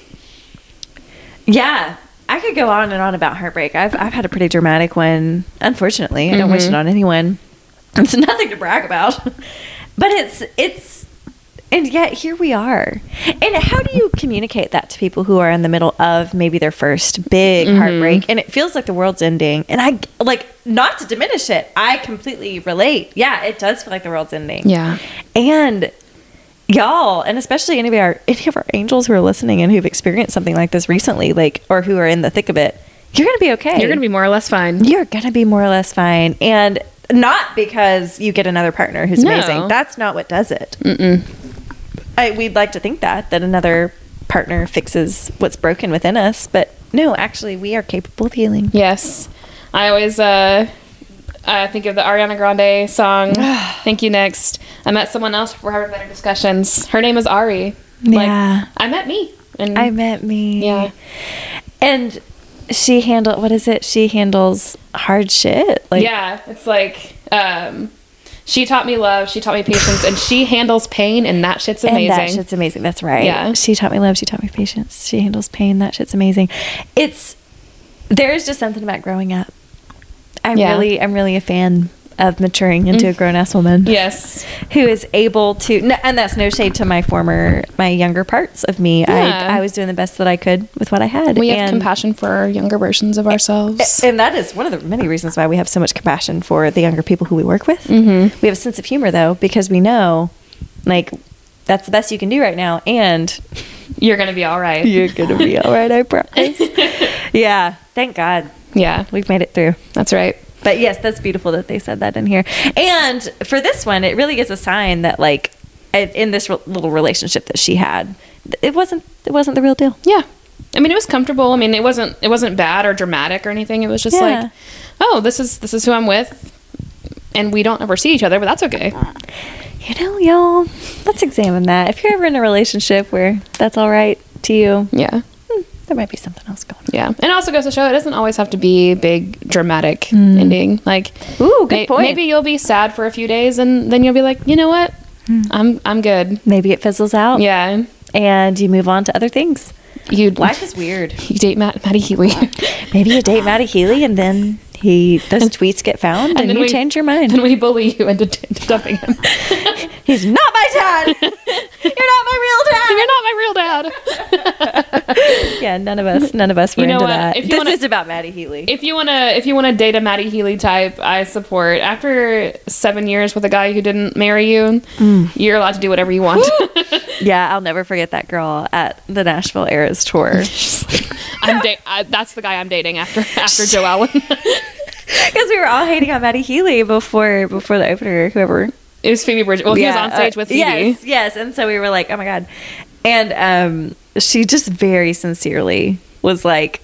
Yeah, I could go on and on about heartbreak. I've I've had a pretty dramatic one. Unfortunately, I don't wish it on anyone. It's nothing to brag about, but it's it's. And yet here we are. And how do you communicate that to people who are in the middle of maybe their first big heartbreak and it feels like the world's ending? And I like not to diminish it. I completely relate. Yeah, it does feel like the world's ending.
Yeah.
And y'all, and especially any of our any of our angels who are listening and who've experienced something like this recently, like or who are in the thick of it, you're gonna be okay.
You're gonna be more or less fine.
you're gonna be more or less fine, and not because you get another partner who's
No.
amazing. That's not what does it. Mm-mm. I, we'd like to think that that another partner fixes what's broken within us, but no, actually, we are capable of healing.
Yes. I always uh, uh, think of the Ariana Grande
[SIGHS]
song, Thank You Next. I met someone else for having better discussions. Her name is Ari.
Yeah.
I met me. And
I met me.
Yeah.
And she handle what is it? She handles hard shit. Like
yeah. It's like, um, she taught me love, she taught me patience, and she handles pain, and that shit's amazing.
And that shit's amazing. That's right.
Yeah.
She taught me love. She taught me patience. She handles pain. That shit's amazing. It's there's just something about growing up. I'm
Yeah. Mm.
really I'm really a fan of maturing into a grown ass woman
yes.
who is able to no, and that's no shade to my former my younger parts of me.
Yeah.
I I was doing the best that I could with what I had.
We have
and,
compassion for our younger versions of ourselves.
and that is one of the many reasons why we have so much compassion for the younger people who we work with. Mm-hmm. We have a sense of humor though because we know like that's the best you can do right now and
You're going to be all right.
[LAUGHS] You're gonna be all right, I promise. [LAUGHS] yeah, thank God
[LAUGHS] Yeah.
we've made it through.
That's right.
But yes, that's beautiful that they said that in here. And for this one, it really is a sign that like in in this re- little relationship that she had, it wasn't it wasn't the real deal.
Yeah. I mean, it was comfortable. I mean, it wasn't it wasn't bad or dramatic or anything. It was just
Yeah.
like, oh, this is this is who I'm with, and we don't ever see each other, but that's okay.
You know, y'all, let's examine that. If you're ever in a relationship where that's all right to you,
Yeah,
hmm, there might be something else going on.
yeah. And it also goes to show it doesn't always have to be a big dramatic ending. Like,
Hmm. Ooh, good
may-
point.
Maybe you'll be sad for a few days, and then you'll be like, you know what,
Hmm.
I'm I'm good.
Maybe it fizzles out
Yeah,
and you move on to other things.
you
Life is weird.
[LAUGHS] you date Matt Matty Healy,
Maybe you date Matty Healy and then he those tweets get found and,
[LAUGHS] then
you
we-
change your
[LAUGHS]
mind.
and we bully you into t- into dumping him.
[LAUGHS] He's not my dad.
[LAUGHS]
You're not my real dad.
You're not my real dad.
Yeah, none of us, none of us were
You know
into
what?
that.
If you
This
wanna-
is about Maddie Healy.
if you wanna if you wanna date a Maddie Healy type, I support. After seven years with a guy who didn't marry you,
Mm.
you're allowed to do whatever you want.
yeah, I'll never forget that girl at the Nashville Eras
[LAUGHS]
tour
[LAUGHS]
[LAUGHS]
I'm da- I, that's the guy I'm dating after after Joe Allen. [LAUGHS]
because we were all hating on Maddie Healy before before the opener. Whoever
it was Phoebe Bridges. Well, he was on stage
uh,
with Phoebe.
Yes, yes, and so we were like, oh my god, and um, she just very sincerely was like,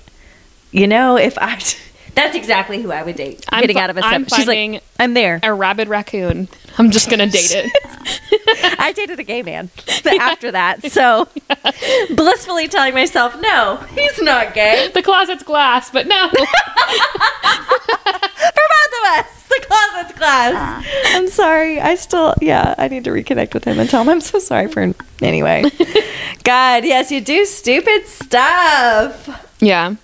you know, if I. [LAUGHS] that's exactly who I would date.
I'm
getting
fi-
out of a
I'm
sub- She's
finding-
like, I'm
[LAUGHS]
there.
A rabid raccoon. I'm just gonna date it.
[LAUGHS] I dated a gay
[LAUGHS]
man [LAUGHS] after that, so blissfully telling myself, no, he's not
[LAUGHS]
gay.
the closet's glass, but no.
For both of us, the closet's
Uh-huh.
glass. I'm sorry. I still, yeah, I need to reconnect with him and tell him I'm so sorry for.
[LAUGHS]
Anyway, God, yes, you do stupid stuff
yeah.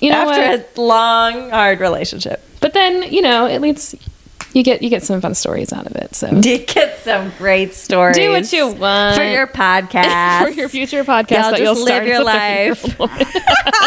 You know
after
what?
a long, hard relationship. [LAUGHS]
But then you know, at least you get you get some fun stories out of it. So
You get some great stories.
do what you want
for your podcast,
[LAUGHS] for
[LAUGHS]
your future podcast
Y'all
that
just
you'll
live
start
your
as a 30-year-old
life.
woman.
[LAUGHS]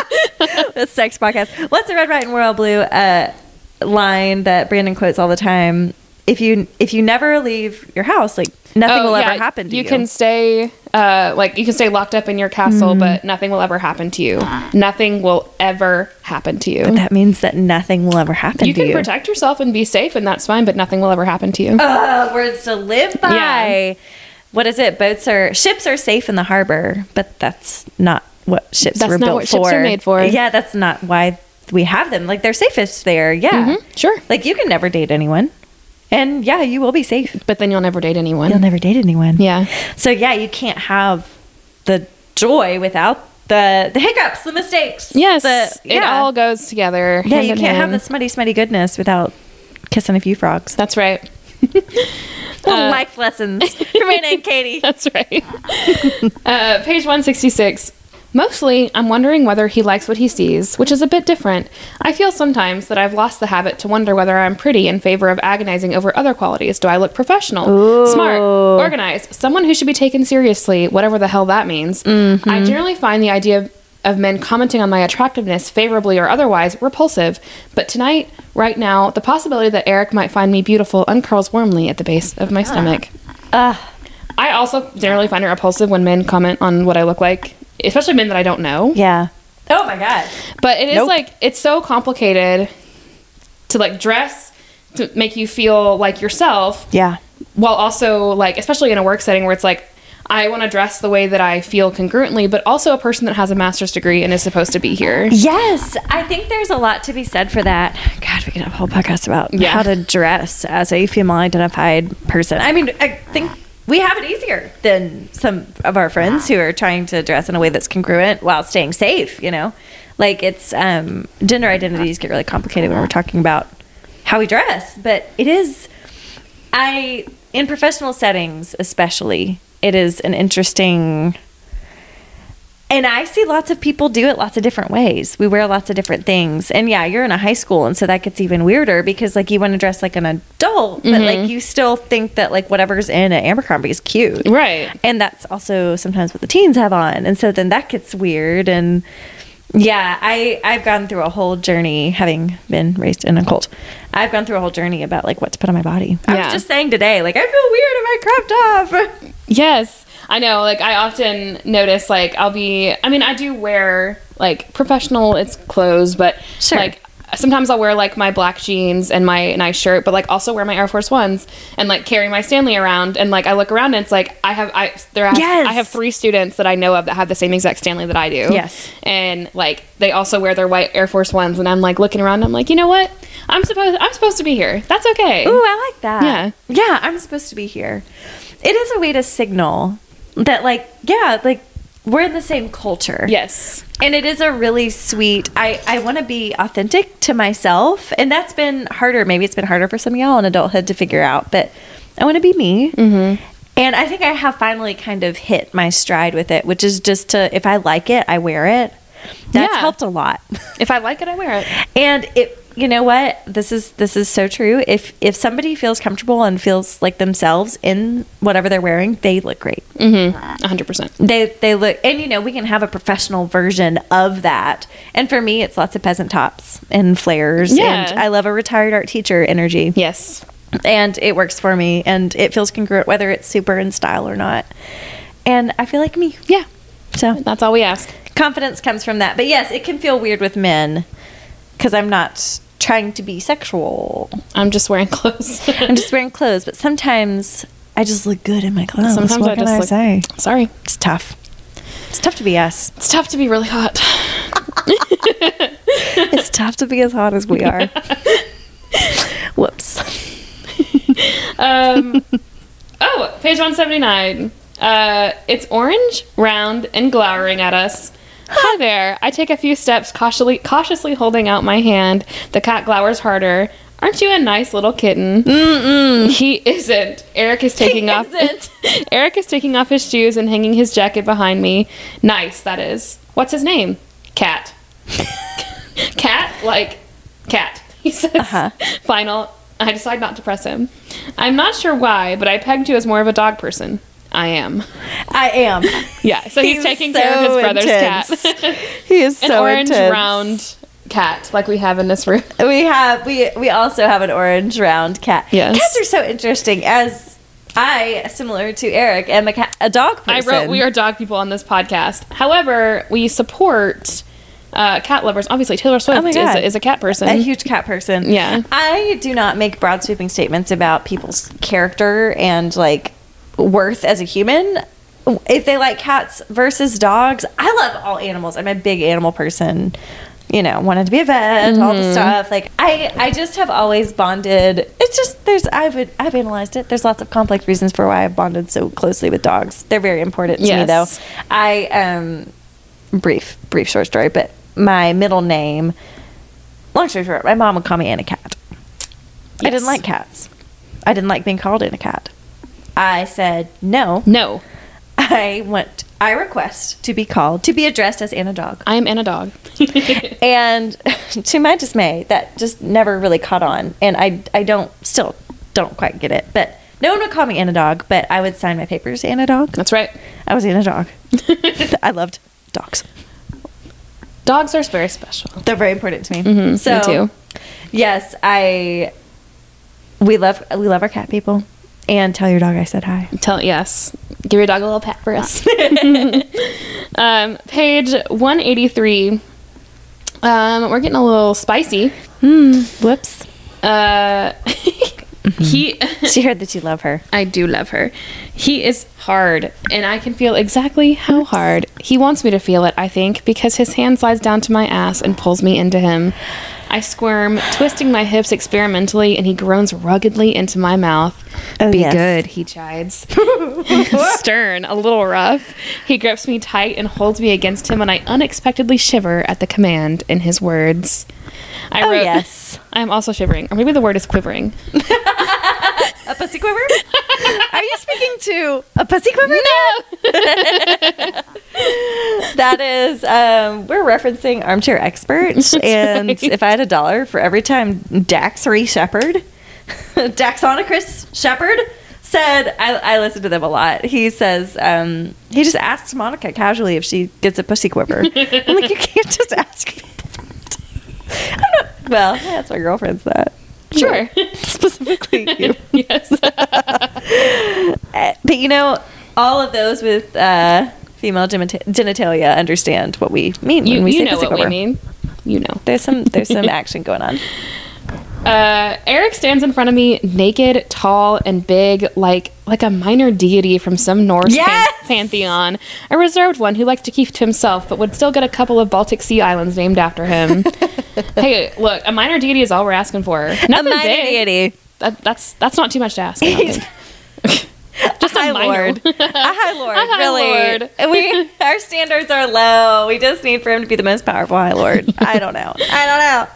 the sex podcast. What's the red, white, and royal blue uh, line that Brandon quotes all the time? If you if you never leave your house, like nothing will ever happen to
Oh,
you. Mm-hmm.
can stay uh, like you can stay locked up in your castle, but nothing will ever happen to you.
Ah.
Nothing will ever happen to you.
that means that nothing will ever happen
you
to
can
you. Oh,
protect yourself and be safe, and that's fine. But nothing will ever happen to you.
Ugh, [LAUGHS] words to live by. What is it? Boats are ships are safe in the harbor, but that's not what ships
That's
were
not
built
what
for.
ships are made for.
Yeah, that's not why we have them. Like they're safest there. Yeah,
Mhm, sure.
Like you can never date anyone, and yeah, you will be safe.
But then you'll never date anyone.
You'll never date anyone.
yeah,
So yeah, you can't have the joy without the the hiccups, the mistakes.
yes,
the,
it
yeah.
all goes together.
yeah,
hand
you
in
can't have
hand.
the smutty, smutty goodness without kissing a few frogs.
That's right. Uh,
Little life lessons from Anna and Katie.
[LAUGHS] That's right. uh, page 166. Mostly, I'm wondering whether he likes what he sees, which is a bit different. I feel sometimes that I've lost the habit to wonder whether I'm pretty in favor of agonizing over other qualities. Do I look professional, smart, organized, someone who should be taken seriously, whatever the hell that means? I generally find the idea of, of men commenting on my attractiveness, favorably or otherwise, repulsive. But tonight, right now, the possibility that Eric might find me beautiful uncurls warmly at the base of my stomach. I also generally find it repulsive when men comment on what I look like, especially men that I don't know.
Yeah. Oh my god.
But it is
Nope.
like it's so complicated to like dress to make you feel like yourself
Yeah.
while also like especially in a work setting where it's like I want to dress the way that I feel congruently, but also a person that has a master's degree and is supposed to be here.
Yes, I think there's a lot to be said for that. God, we could have a whole podcast about
Yeah.
how to dress as a female-identified person. I mean, I think we have it easier than some of our friends who are trying to dress in a way that's congruent while staying safe. You know, like it's um, gender identities get really complicated when we're talking about how we dress, but it is. I in professional settings, especially, it is an interesting and I see lots of people do it lots of different ways. We wear lots of different things. And yeah, you're in a high school and so that gets even weirder because like you want to dress like an adult, but like you still think that like whatever's in at Abercrombie is cute.
Right.
And that's also sometimes what the teens have on. And so then that gets weird and yeah, I I've gone through a whole journey having been raised in a cult. I've gone through a whole journey about like what to put on my body. I
Yeah.
was just saying today, like I feel weird in my
[LAUGHS]
cropped top.
Yes, I know. Like I often notice, like I'll be. I mean, I do wear like professional. It's clothes, but
Sure.
like sometimes I'll wear like my black jeans and my nice shirt, but like also wear my Air Force Ones and like carry my Stanley around. And like I look around and it's like I have I there have,
Yes.
I have three students that I know of that have the same exact Stanley that I do.
Yes.
and like they also wear their white Air Force Ones, and I'm like looking around. I'm like, you know what? I'm supposed I'm supposed to be here. That's okay.
Ooh, I like that.
Yeah.
Yeah, I'm supposed to be here. It is a way to signal that, like, yeah, like we're in the same culture.
Yes.
And it is a really sweet, I, I want to be authentic to myself. And that's been harder. Maybe it's been harder for some of y'all in adulthood to figure out, but I want to be me. Mm-hmm. And I think I have finally kind of hit my stride with it, which is just to, if I like it, I wear it. That's
Yeah.
helped a lot.
If I like it, I wear it.
And it you know what? This is this is so true. If if somebody feels comfortable and feels like themselves in whatever they're wearing, they look great.
100. percent
They they look and you know, we can have a professional version of that. And for me, it's lots of peasant tops and flares
Yeah.
and I love a retired art teacher energy.
Yes.
And it works for me and it feels congruent whether it's super in style or not. And I feel like me.
Yeah.
So
That's all we ask.
confidence comes from that. But yes, it can feel weird with men because I'm not trying to be sexual.
I'm just wearing [LAUGHS] clothes.
I'm just wearing clothes, but sometimes I just look good in my clothes.
Sometimes
what
I
can
just
I
look.
say?
Sorry.
It's tough. It's tough to be us.
It's tough to be really hot.
It's tough to be as hot as we are. Whoops.
Um, [LAUGHS] oh, page 179. Uh, it's orange, round, and glowering at us. Hi there. I take a few steps, cautiously, cautiously holding out my hand. The cat glowers harder. Aren't you a nice little kitten? Mm-mm. [LAUGHS] He isn't. Eric is taking off.
isn't.
[LAUGHS] Eric is taking off his shoes and hanging his jacket behind me. Nice, that is. What's his name? Cat. [LAUGHS] cat, like cat. [LAUGHS] He says.
Uh-huh.
Final. I decide not to press him. I'm not sure why, but I pegged you as more of a dog person. I am. [LAUGHS]
I [LAUGHS] am.
Yeah. So he's, taking care of his brother's cat. [LAUGHS]
cat. he is
An
so
orange
intense.
round cat, like we have in this room. [LAUGHS]
We have we we also have an orange round cat.
Yes.
Cats are so interesting as I, similar to Eric, am a, cat, a dog person.
I wrote we are dog people on this podcast. However, we support uh, cat lovers. Obviously, Taylor Swift
Oh my
is,
God.
a, is a cat person.
a huge cat person.
Yeah.
I do not make broad sweeping statements about people's character and like worth as a human. If they like cats versus dogs, I love all animals. I'm a big animal person. You know, wanted to be a vet, all
Mm-hmm.
the stuff. Like I, I just have always bonded. It's just there's I've I've analyzed it. There's lots of complex reasons for why I've bonded so closely with dogs. They're very important to me
Yes.
though. I um brief brief short story, but my middle name long story short, my mom would call me Anna Cat. I
Yes.
didn't like cats. I didn't like being called Anna Cat. I said no.
no,
[LAUGHS] I want. I request to be called to be addressed as Anna Dog.
I am Anna Dog.
[LAUGHS] And [LAUGHS] to my dismay, that just never really caught on, and I I don't still don't quite get it. But no one would call me Anna Dog, but I would sign my papers Anna Dog.
That's right.
I was Anna [LAUGHS] Dog. I loved dogs.
Dogs are very special.
They're very important to Mm-hmm. me.
Mhm, me
so,
too.
Yes, I. We love we love our cat people, and tell your dog I said hi.
Tell yes. Give your dog a little pat for us. [LAUGHS] um, page one eighty three. Um, we're getting a little spicy.
Whoops,
Uh, [LAUGHS] he,
she heard that you love her.
I do love her. He is hard, and I can feel exactly how hard he wants me to feel it. I think because his hand slides down to my ass and pulls me into him. I squirm, twisting my hips experimentally, and he groans ruggedly into my mouth.
Oh,
Be
yes.
good, he chides. [LAUGHS] stern, a little rough. He grips me tight and holds me against him, and I unexpectedly shiver at the command in his words. I
Oh,
wrote,
yes.
I'm also shivering, or maybe the word is
[LAUGHS]
quivering.
A pussy quiver? Are you speaking to a pussy
[LAUGHS]
quiver?
No!
[LAUGHS] That is, um, we're referencing Armchair Expert, and if I had a dollar for every time Dax Ree Shepherd, [LAUGHS] Daxonicus Shepherd said, I, I listen to them a lot. He says, um, he just asks Monica casually if she gets a pussy quiver. I'm like, you can't just ask people that." [LAUGHS] I'm not- well, that's my girlfriend's that.
Sure. [LAUGHS]
[LAUGHS] Specifically you.
yes.
Uh, [LAUGHS] But you know, all of those with uh, female genita- genitalia understand what we mean
You,
when we
you
say
know
pussy
what
quiver.
we mean. you know.
There's some
[LAUGHS]
there's some action going on.
Uh, Eric stands in front of me, naked, tall, and big, like like a minor deity from some Norse pan-
Yes!
pantheon. A reserved one who likes to keep to himself, but would still get a couple of Baltic Sea islands named after
[LAUGHS]
him. hey, look, a minor deity is all we're asking for. Nothing
a minor
big.
deity.
That, that's that's not too much to ask. I
[LAUGHS]
don't think. [LAUGHS] Just a
high
minor.
lord. A
[LAUGHS]
high lord.
high
really.
lord.
We our standards are low. We just need for him to be the most powerful high lord.
[LAUGHS]
I don't know. I don't know.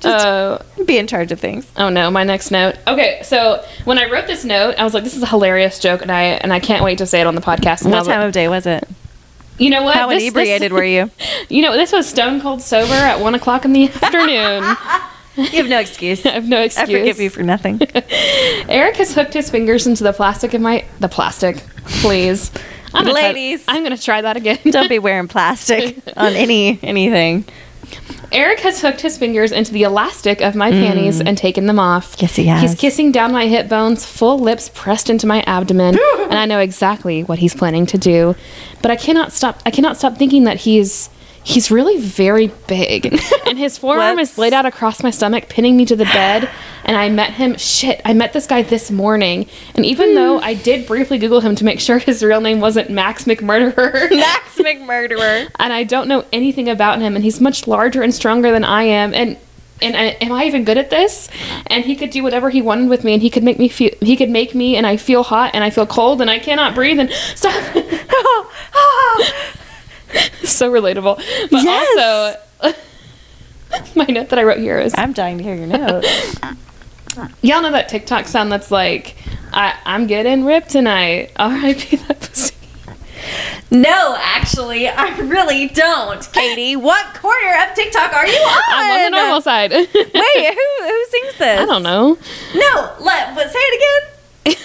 Just
Uh,
be in charge of things.
Oh no, my next note. Okay, so when I wrote this note, I was like, "This is a hilarious joke," and I and I can't wait to say it on the podcast. And I
What
was like,
time of day was it?
you know what?
How
This- this-
inebriated were you?
[LAUGHS] You know, this was stone cold sober at one o'clock in the [LAUGHS] afternoon. I
You have no excuse.
have [LAUGHS] no excuse.
I forgive you for nothing.
[LAUGHS] Eric has hooked his fingers into the plastic in my the plastic. Please, I'm gonna try-
Ladies.
I'm gonna try that again.
Don't be wearing plastic on any anything.
Eric has hooked his fingers into the elastic of my panties and taken them off.
Mm. Yes, he has.
He's kissing down my hip bones, full lips pressed into my
[LAUGHS]
abdomen, and I know exactly what he's planning to do. But I cannot stop. I cannot stop thinking that he's he's really very
[LAUGHS]
big, and his forearm is
What's-
laid out across my stomach, pinning me to the
[GASPS]
bed. And I met him. Shit, I met this guy this morning, and even
[SIGHS]
though I did briefly Google him to make sure his real name wasn't Max McMurderer.
Max McMurderer.
and I don't know anything about him, and he's much larger and stronger than I am, and and I, am I even good at this? And he could do whatever he wanted with me, and he could make me feel he could make me, and I feel hot, and I feel cold, and I cannot breathe, and stop. [LAUGHS] so relatable, but
Yes.
also. [LAUGHS] My note that I wrote here is
I'm dying to hear your note.
y'all know that TikTok sound that's like I, I'm getting ripped tonight. [LAUGHS] R.I.P. that pussy.
No, actually, I really don't. Katie, what corner of TikTok are you on?
I'm on the normal side. [LAUGHS] Wait,
Wait, who who sings this?
I don't know.
No, let but say it again.
[LAUGHS]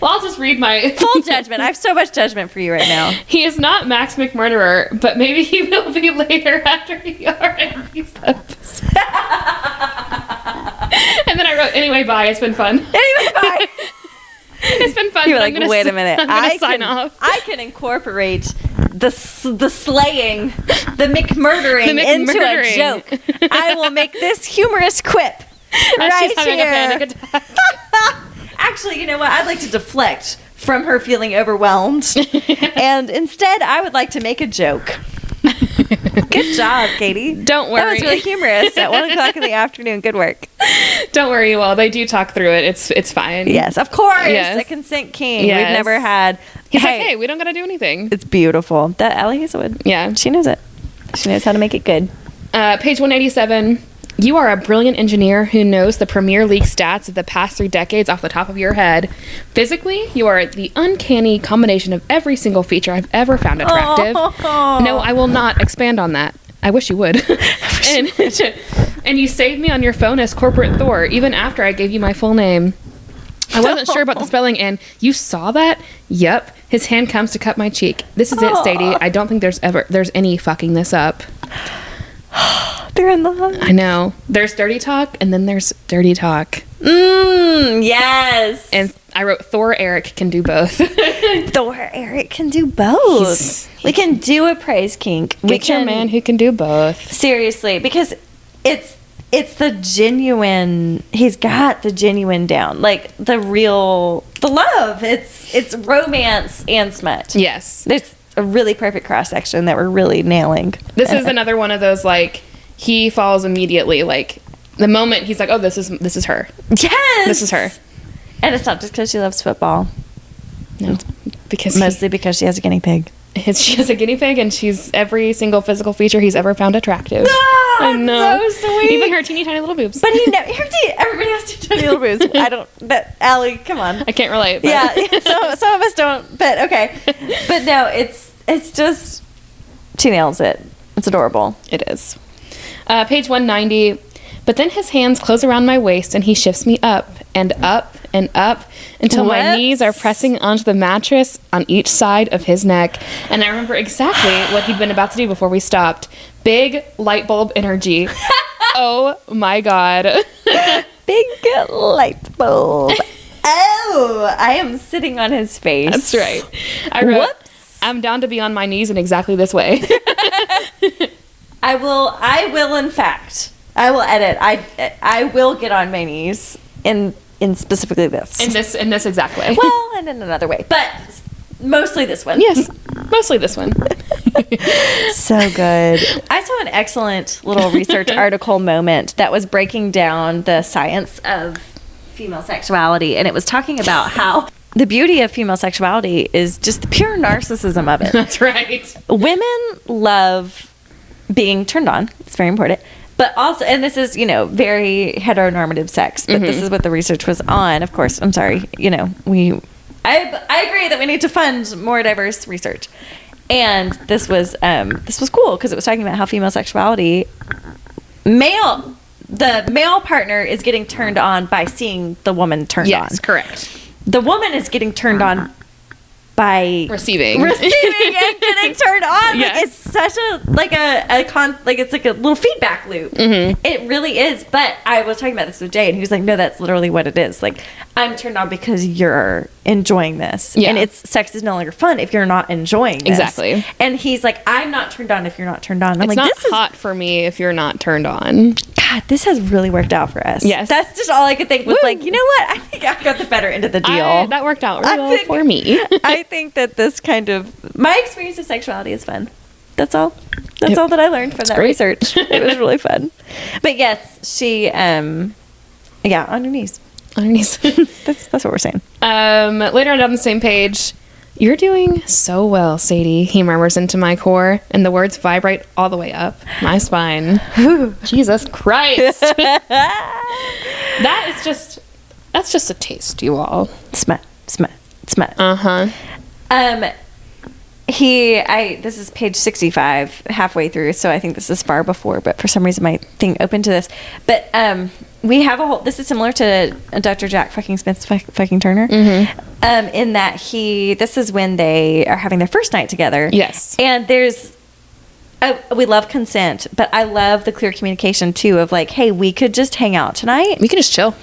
Well, I'll just read my [LAUGHS]
Full judgment. I have so much judgment for you right now.
He is not Max McMurderer, but maybe he will be later [LAUGHS] after he RIPs that pussy. [LAUGHS] And then I wrote, anyway, bye. It's been fun.
Anyway, bye.
[LAUGHS] It's been fun.
You were
but I'm
like,
gonna
wait a
s-
minute.
I'm gonna
I
sign
can,
off.
I
[LAUGHS]
can incorporate the s- the slaying, the McMurdering,
The
into a
McMurdering.
joke. I will make this humorous quip
[LAUGHS] As
right
she's having
here.
a
[LAUGHS]
panic attack.
Actually, you know what? I'd like to deflect from her
[LAUGHS]
feeling overwhelmed, and instead, I would like to make a joke. Good job, Katie.
[LAUGHS] Don't
That
worry.
was really humorous at one o'clock in
[LAUGHS]
the afternoon. Good work.
Don't worry, you all. They do talk through it. It's it's fine.
Yes, of course.
Yes.
A consent king.
Yes.
We've never had.
He's like, hey, we don't gotta do anything.
it's beautiful. That Ellie Hazelwood.
Yeah.
She knows it. She knows how to make it good.
Uh, page 187. You are a brilliant engineer who knows the Premier League stats of the past three decades off the top of your head. Physically, you are the uncanny combination of every single feature I've ever found [LAUGHS] attractive.
Oh.
No, I will not expand on that. [LAUGHS] I wish you would. and, [LAUGHS] and you saved me on your phone as corporate Thor, even after I gave you my full name. I wasn't sure [LAUGHS] about the spelling, and you saw that? Yep. His hand comes to cut my cheek. This is it, Sadie. I don't think there's ever there's any fucking this up.
They're in love.
I know. There's dirty talk, and then there's dirty talk.
Mmm. Yes.
And I wrote Thor Eric can do both. [LAUGHS]
Thor Eric can do both.
He's-
we can do a praise kink. we
Get your
can
man who can do both.
seriously because it's it's the genuine. He's got the genuine down, like the real, the love. It's it's romance and smut.
Yes.
There's a really perfect cross section that we're really nailing.
This
Uh,
is another one of those like he falls immediately. Like the moment he's like, oh, this is this is her.
[LAUGHS] Yes.
This is her.
And it's not just because she loves football.
No, because he-
[LAUGHS] Mostly because she has a guinea pig.
his, [LAUGHS] she has a guinea pig, and she's every single physical feature he's ever found attractive.
Ah,
I
that's
know.
so sweet.
Even her teeny tiny little boobs.
But he never. Everybody has to tiny [LAUGHS] little boobs. I don't. But Allie, come on.
[LAUGHS] I can't relate. but-
Yeah. [LAUGHS] So some of us don't. But okay. But no, it's it's just she nails it. It's adorable.
It is. Uh, page 190. But then his hands close around my waist and he shifts me up and up and up until my
What?
knees are pressing onto the mattress on each side of his neck. And I remember exactly what he'd been about to do before we stopped. Big light bulb [LAUGHS] energy. oh my God.
Big light [LAUGHS] bulb. oh, I am sitting on his face.
That's right. I wrote,
Whoops.
[LAUGHS] I'm down to be on my knees in exactly this way.
I will. I will. In fact, I will edit. I. I will get on my knees in in specifically this.
in this in this exact way.
well, and in another way, but mostly this one.
yes, mostly this one.
So good. [LAUGHS] I saw an excellent little [LAUGHS] research article moment that was breaking down the science of female sexuality, and it was talking about how the beauty of female sexuality is just the pure narcissism of
[LAUGHS]
it.
That's right.
Women love being turned on, it's very important. But also, and this is, you know, very heteronormative sex, but this is what the research was on. Of course, I'm sorry, you know, we. I, I agree that we need to fund more diverse research. And this was um, this was cool because it was talking about how female sexuality male the male partner is getting turned on by seeing the woman turned
Yes,
on.
correct.
The woman is getting turned on by
Receiving. [LAUGHS]
receiving and getting turned on.
Yes.
Like it's such a like a, a con like it's like a little feedback loop.
Mm-hmm.
It really is. But I was talking about this with Jay and he was like, No, that's literally what it is. Like I'm turned on because you're enjoying this.
Yeah.
And it's sex is no longer fun if you're not enjoying this.
Exactly. And
And he's like, I'm not turned on if you're not turned on. I'm
it's
like,
not
this is
hot for me if you're not turned on.
God, this has really worked out for us.
Yes.
That's just all I could think was
Woo.
like, you know what? I think I got the better end of the deal.
I- that worked out
I
really well
think-
for [LAUGHS] me.
[LAUGHS] I think that this kind of my experience of sexuality is fun. That's all. That's
Yep.
all that I learned from that
great.
research. It was
[LAUGHS]
really fun. But yes, she um yeah, on your knees.
Underneath.
That's that's what we're saying.
Um, later on down the same page, you're doing so well, Sadie, he murmurs into my core, and the words vibrate all the way up my spine. [LAUGHS] Jesus [LAUGHS] Christ. that is just, that's just a taste, you all.
Smut, smut, smut.
Uh huh.
Um, he, I. This is page sixty-five, halfway through. So I think this is far before, but for some reason my thing opened to this. But um, we have a whole. This is similar to Dr. Jack fucking Smith's fuck, fucking Turner.
Mm-hmm.
Um, in that he, this is when they are having their first night together.
Yes.
and there's. I, we love consent, but I love the clear communication too of like, hey, we could just hang out tonight
We can just chill.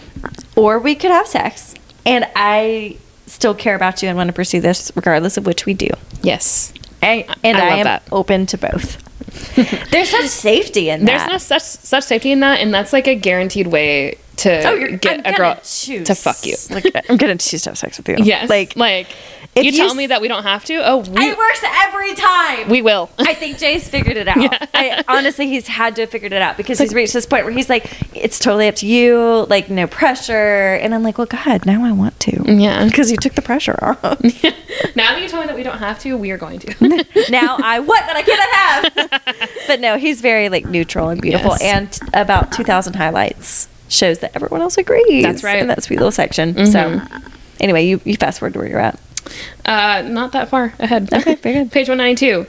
or we could have sex. And I still care about you and want to pursue this regardless of which we do.
Yes.
And, and
I
I,
love
am
that.
open to both. [LAUGHS] There's such safety in
There's
that.
no such such safety in that, and that's like a guaranteed way to get
Oh, I'm
a
gonna
girl
choose-
to fuck you. [LAUGHS]
Like, I'm gonna choose to have sex with you.
Yes.
Like,
Like, like
if
you,
you
tell
s-
me that we don't have to. Oh, we,
it works every time.
we will.
I think Jay's figured it out. I, honestly, he's had to have figured it out because he's reached this point where he's like, "It's totally up to you. Like, no pressure." And I'm like, "Well, God, now I want to."
Yeah.
Because you took the pressure
[LAUGHS]
off.
[LAUGHS] Now that you tell me that we don't have to, we are going to. [LAUGHS]
[LAUGHS] now I what that I cannot have. but no, he's very like neutral and beautiful.
Yes.
And about two thousand highlights shows that everyone else agrees.
That's right. Mm-hmm.
In that sweet little section. So anyway, you, you fast forward to where you're at.
uh, not that far ahead.
Okay, very
[LAUGHS]
good.
Page 192.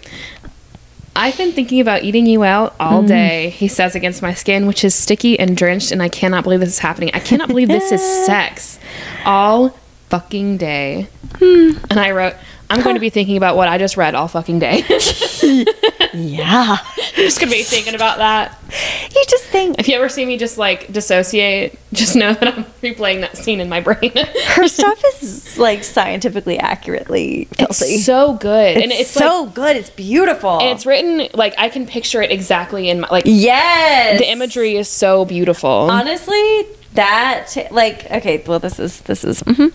I've been thinking about eating you out all
Mm.
day, he says against my skin, which is sticky and drenched, and I cannot believe this is happening. I cannot believe this
[LAUGHS]
is sex. All fucking day.
Hmm.
And I wrote, I'm going to be thinking about what I just read all fucking
[LAUGHS]
day. [LAUGHS]
Yeah.
just going to be thinking about that.
[LAUGHS] you just think
If you ever see me just like dissociate, just know that I'm replaying that scene in my brain. [LAUGHS]
her stuff is like scientifically accurately filthy.
It's so good. and
It's
it's like,
so good. It's beautiful.
and it's written like I can picture it exactly in my like
yes.
the imagery is so beautiful.
Honestly, that like okay. Well, this is this is. mhm.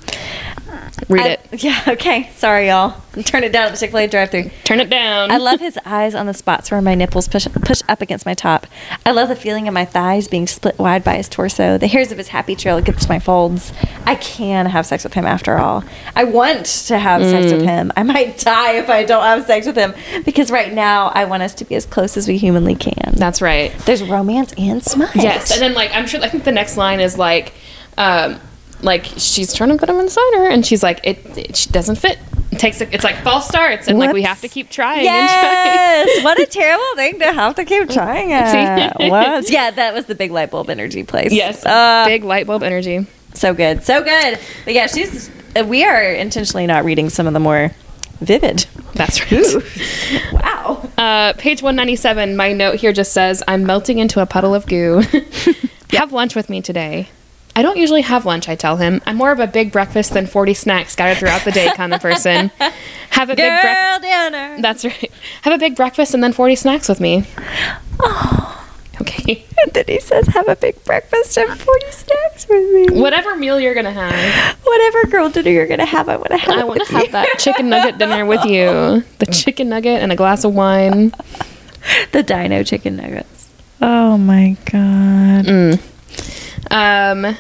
Read
I-
it.
[LAUGHS] Yeah. Okay. Sorry, y'all. Turn it down at the Chick Fil A drive-through.
Turn it down.
I love his eyes on the spots where my nipples push push up against my top. I love the feeling of my thighs being split wide by his torso. The hairs of his happy trail against my folds. I can have sex with him after all. I want to have sex
Mm.
with him. I might die if I don't have sex with him because right now I want us to be as close as we humanly can.
That's right.
There's romance and smut.
Yes. And then like I'm sure I think the next line is like um like she's trying to put him inside her and she's like it, it she doesn't fit. It takes a, it's like false starts and like we
Whoops.
have to keep trying and [LAUGHS]
Yes, [LAUGHS] what a terrible thing to have to keep trying at.
See?
Whoops. Yeah, that was the big light bulb energy place.
trying. Yes.
Uh,
Big light bulb energy.
So good, so good. But yeah, she's. uh, We are intentionally not reading some of the more vivid.
That's
[LAUGHS]
right.
Wow.
Uh, page 197, [LAUGHS] my note here just says, I'm melting into a puddle of goo. Have lunch with me today. I I don't usually have lunch, I tell him. I'm more of a big breakfast than 40 snacks scattered throughout the day kind of
[LAUGHS]
person. Have a big breakfast.
Girl [LAUGHS] dinner.
That's right. Have a big breakfast and then 40 snacks with me. Okay. [LAUGHS]
And then he says, "Have a big breakfast and forty snacks with me."
Whatever meal you're going to have,
Whatever girl dinner you're gonna have, I want to have.
I
it
want
with
to
you.
have
[LAUGHS]
that chicken nugget dinner with you. The chicken nugget and a glass of wine.
the Dino chicken nuggets. Oh my god.
Mm. Um,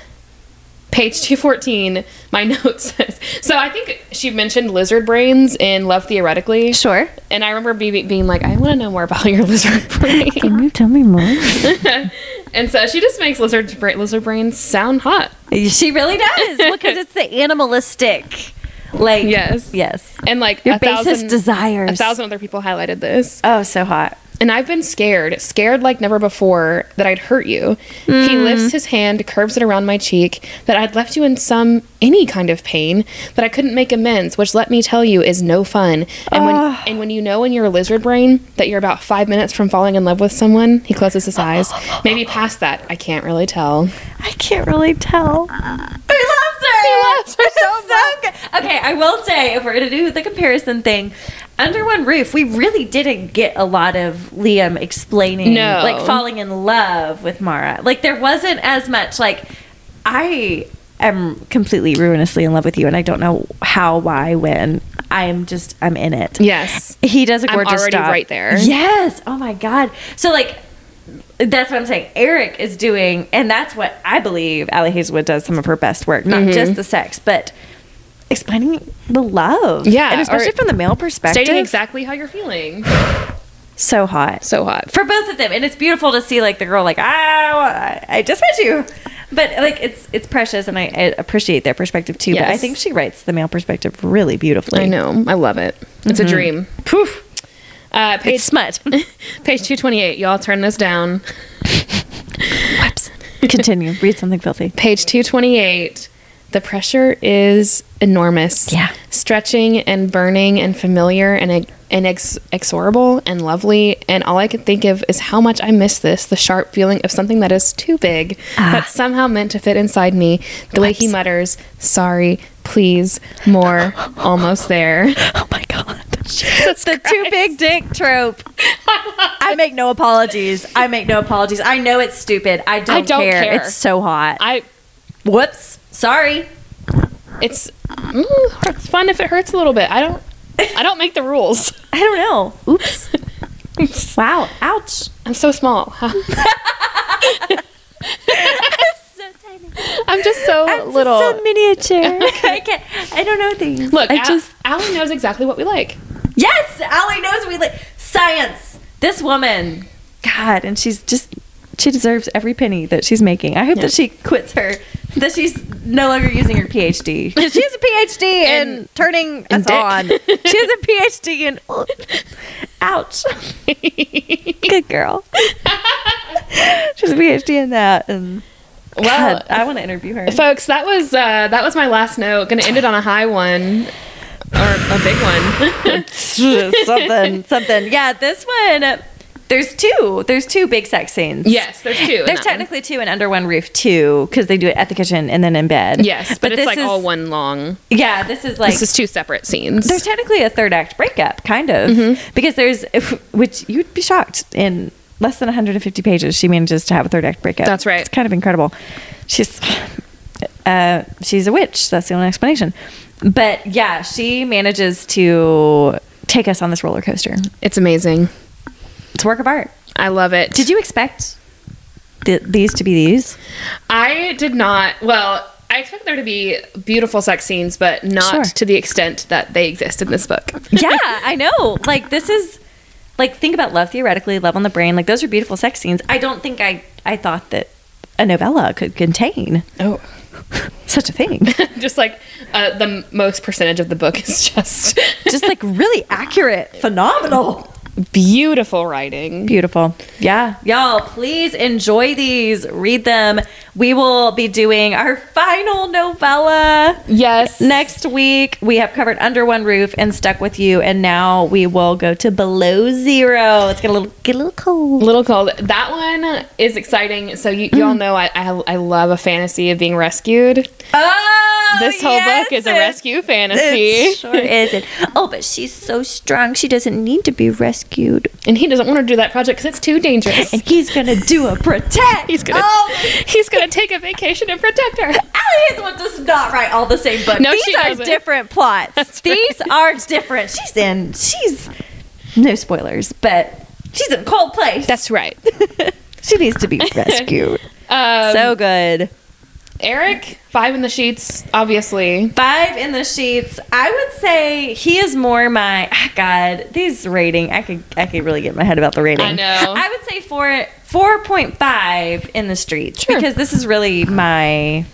page 214, my [LAUGHS] note says. So I think she mentioned lizard brains in Love Theoretically.
Sure.
And I remember be- being like, I want to know more about [LAUGHS] your lizard brain.
you tell me more?
[LAUGHS] and so she just makes lizard, bra- lizard brains sound hot.
[LAUGHS] she really does. Because it's the animalistic, like
Yes.
yes,
And like,
your
a
basest
thousand,
desires.
a thousand other people highlighted this.
Oh, so hot.
And I've been scared, scared like never before, that I'd hurt you. He lifts his hand, curves it around my cheek, that I'd left you in some, any kind of pain, that I couldn't make amends, which let me tell you is no fun. And, when, and when you know in your lizard brain that you're about five minutes from falling in love with someone, he closes his eyes. Maybe past that, I can't really tell.
I can't really tell. He loves her. He loves her so, much. Okay, I will say if we're gonna do the comparison thing, under one roof, we really didn't get a lot of Liam explaining,
No.
like falling in love with Mara. Like there wasn't as much. Like I am completely ruinously in love with you, and I don't know how, why, when. I am just I'm in it.
Yes.
He does a
I'm
gorgeous
already
job.
right there.
Yes. Oh my god. So like that's what I'm saying. Eric is doing, and that's what I believe Allie Hazelwood does some of her best work, not just the sex, but explaining the love.
Yeah,
And especially
or
from the male perspective.
Stating exactly how you're feeling.
so hot.
So hot.
for both of them, and it's beautiful to see like the girl like ah, I just met you, but like it's it's precious, and I, I appreciate their perspective too. But I
Yes.
think she writes the male perspective really beautifully.
I know. I love it. It's a dream.
Poof,
Uh, page [LAUGHS]
it's smut.
page 228. Y'all turn this down.
[LAUGHS] Continue. Read something filthy.
Page 228. The pressure is enormous.
Yeah.
Stretching and burning and familiar and, ex- and ex- exorable and lovely. And all I could think of is how much I miss this the sharp feeling of something that is too big, that's somehow meant to fit inside me. The way he mutters, sorry, please, more, almost there.
Oh my god. That's [LAUGHS] the too big dick trope. I make no apologies. I make no apologies. I know it's stupid. I don't,
don't
care.
care.
It's so hot.
I.
Whoops. Sorry.
It's mm, it's fun if it hurts a little bit. I don't I don't make the rules. [LAUGHS]
I don't know. Oops. wow. Ouch.
I'm so small. [LAUGHS]
So tiny.
I'm just so little.
so [LAUGHS] miniature. I can't. I don't know things.
Look,
I
Al- Allie knows exactly what we
[LAUGHS]
like.
Yes, Allie knows we like science. This woman, God, and she's just she deserves every penny that she's making. I hope that she quits her that she's no longer using her PhD. [LAUGHS] She has a PhD in,
In-
turning us
dick.
[LAUGHS] on. She has a PhD in ouch. Good [LAUGHS] girl. she has a PhD in that, and
Well,
God, I want to interview her.
folks, that was uh, that was my last note. Going to end it on a high one or a big one. [LAUGHS]
[LAUGHS] something, something. Yeah, this one. There's two. There's two big sex scenes.
yes, there's two. in
There's
that one.
technically two in under one roof too, because they do it at the kitchen and then in bed.
Yes, but, it's
this
like
is,
all one long.
Yeah, this is like
This is two separate scenes.
there's technically a third act breakup, kind of,
Mm-hmm.
because there's which you'd be shocked in less than 150 pages she manages to have a third act breakup.
That's right.
It's kind of incredible. She's uh, she's a witch. That's the only explanation. But yeah, she manages to take us on this roller coaster.
It's amazing.
It's a work of art.
I love it.
Did you expect th- these to be these?
I did not. Well, I expect there to be beautiful sex scenes, but not
Sure.
to the extent that they exist in this book. [LAUGHS]
yeah, I know. Like this is like think about love theoretically, love on the brain. Like those are beautiful sex scenes. I don't think I I thought that a novella could contain
Oh.
such a [LAUGHS] thing.
Just like uh,
[LAUGHS]
the m- most percentage of the book is just
Just like really accurate, phenomenal.
Beautiful writing.
Beautiful. Yeah. Y'all, please enjoy these. Read them. We will be doing our final novella
Yes.
next week. We have covered Under One Roof and Stuck With You, and now we will go to Below Zero. It's gonna little, get a little cold.
Little Cold. That one is exciting. So you, you all
Mm.
know I, I I love a fantasy of being rescued.
Oh,
This whole book is a rescue fantasy.
[LAUGHS] It sure is. It. Oh, but she's so strong. She doesn't need to be rescued.
And he doesn't want to do that project because it's too dangerous.
And he's gonna
[LAUGHS]
do a protect.
He's gonna
[LAUGHS] Oh,
he's gonna take a vacation and protect her.
Allie Hathaway does not write all the same books.
No,
These
she
are
doesn't.
different plots. These are different. She's in. She's no spoilers, but she's in cold place.
That's
[LAUGHS]
right.
she needs
[LAUGHS]
to be rescued.
Um,
so good.
Eric, five in the sheets, obviously.
Five in the sheets. I would say he is more my ah, God. These rating, I could I could really get in my head about the rating.
I know.
I would say four four point five in the streets
Sure.
because this is really my.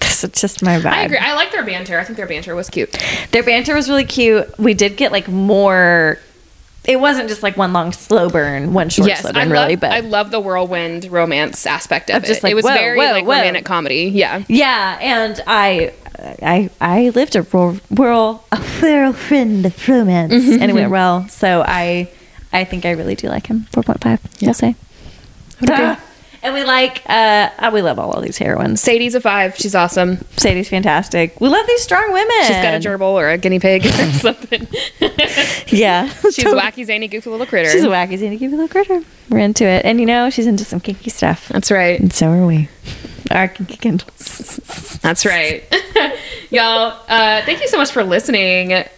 This is just my vibe.
I agree. I like their banter. I think their banter was cute.
Their banter was really cute. We did get like more. It wasn't just like one long slow burn, one short
yes,
slow
I
burn,
love,
really. But
I love the whirlwind romance aspect of
Of just
it.
like,
it was
whoa,
very
whoa,
like
whoa.
romantic comedy. Yeah.
yeah, and I, I, I lived a rural, rural, [LAUGHS] a rural friend of romance,
Mm-hmm,
and it went well. So I, I think I really do like him. Four point five. I'll say. Ah, and we like, uh, uh, we love all of these heroines.
Sadie's a five. She's awesome.
Sadie's fantastic. We love these strong women.
She's got a gerbil or a guinea [LAUGHS] pig or something.
[LAUGHS] Yeah,
[LAUGHS] She's a wacky, zany, goofy little critter.
She's a wacky. She's gonna give you a little critter. We're into it, and you know she's into some kinky stuff.
That's right.
And so are we. Our kinky kindles.
That's right. [LAUGHS] Y'all, uh, thank you so much for listening. Uh,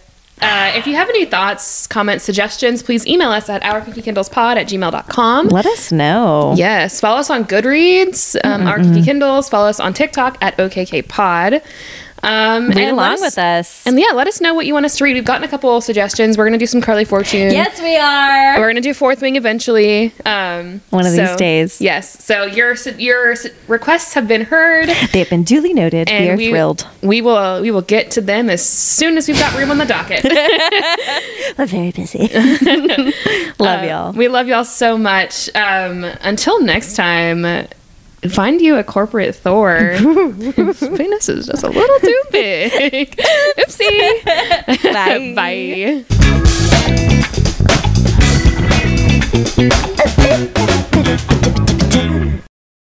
if you have any thoughts, comments, suggestions, please email us at ourkinkykindlespod at gmail.com.
Let us know.
Yes, follow us on Goodreads, um, our Kiki Kindles. Follow us on TikTok at OKK Pod. Um,
Read
and
along
let us,
with us.
And yeah, let us know what you want us to read. We've gotten a couple of suggestions. We're going to do some Carly Fortune.
we are.
We're gonna do fourth wing eventually. Um,
One of these days.
Yes. So your su- your su- requests have been
[LAUGHS]
heard,
They've been duly noted. we are thrilled.
We will we will get to them as soon as we've got room on the docket.
We're very [LAUGHS] busy. [LAUGHS] Love y'all.
we love y'all so much. Um, until next time, find you a corporate
[LAUGHS]
Thor. His penis is just a little too
[LAUGHS]
big. Oopsie.
Bye.
[LAUGHS] Bye.
A bit, bit, bit, bit, bit.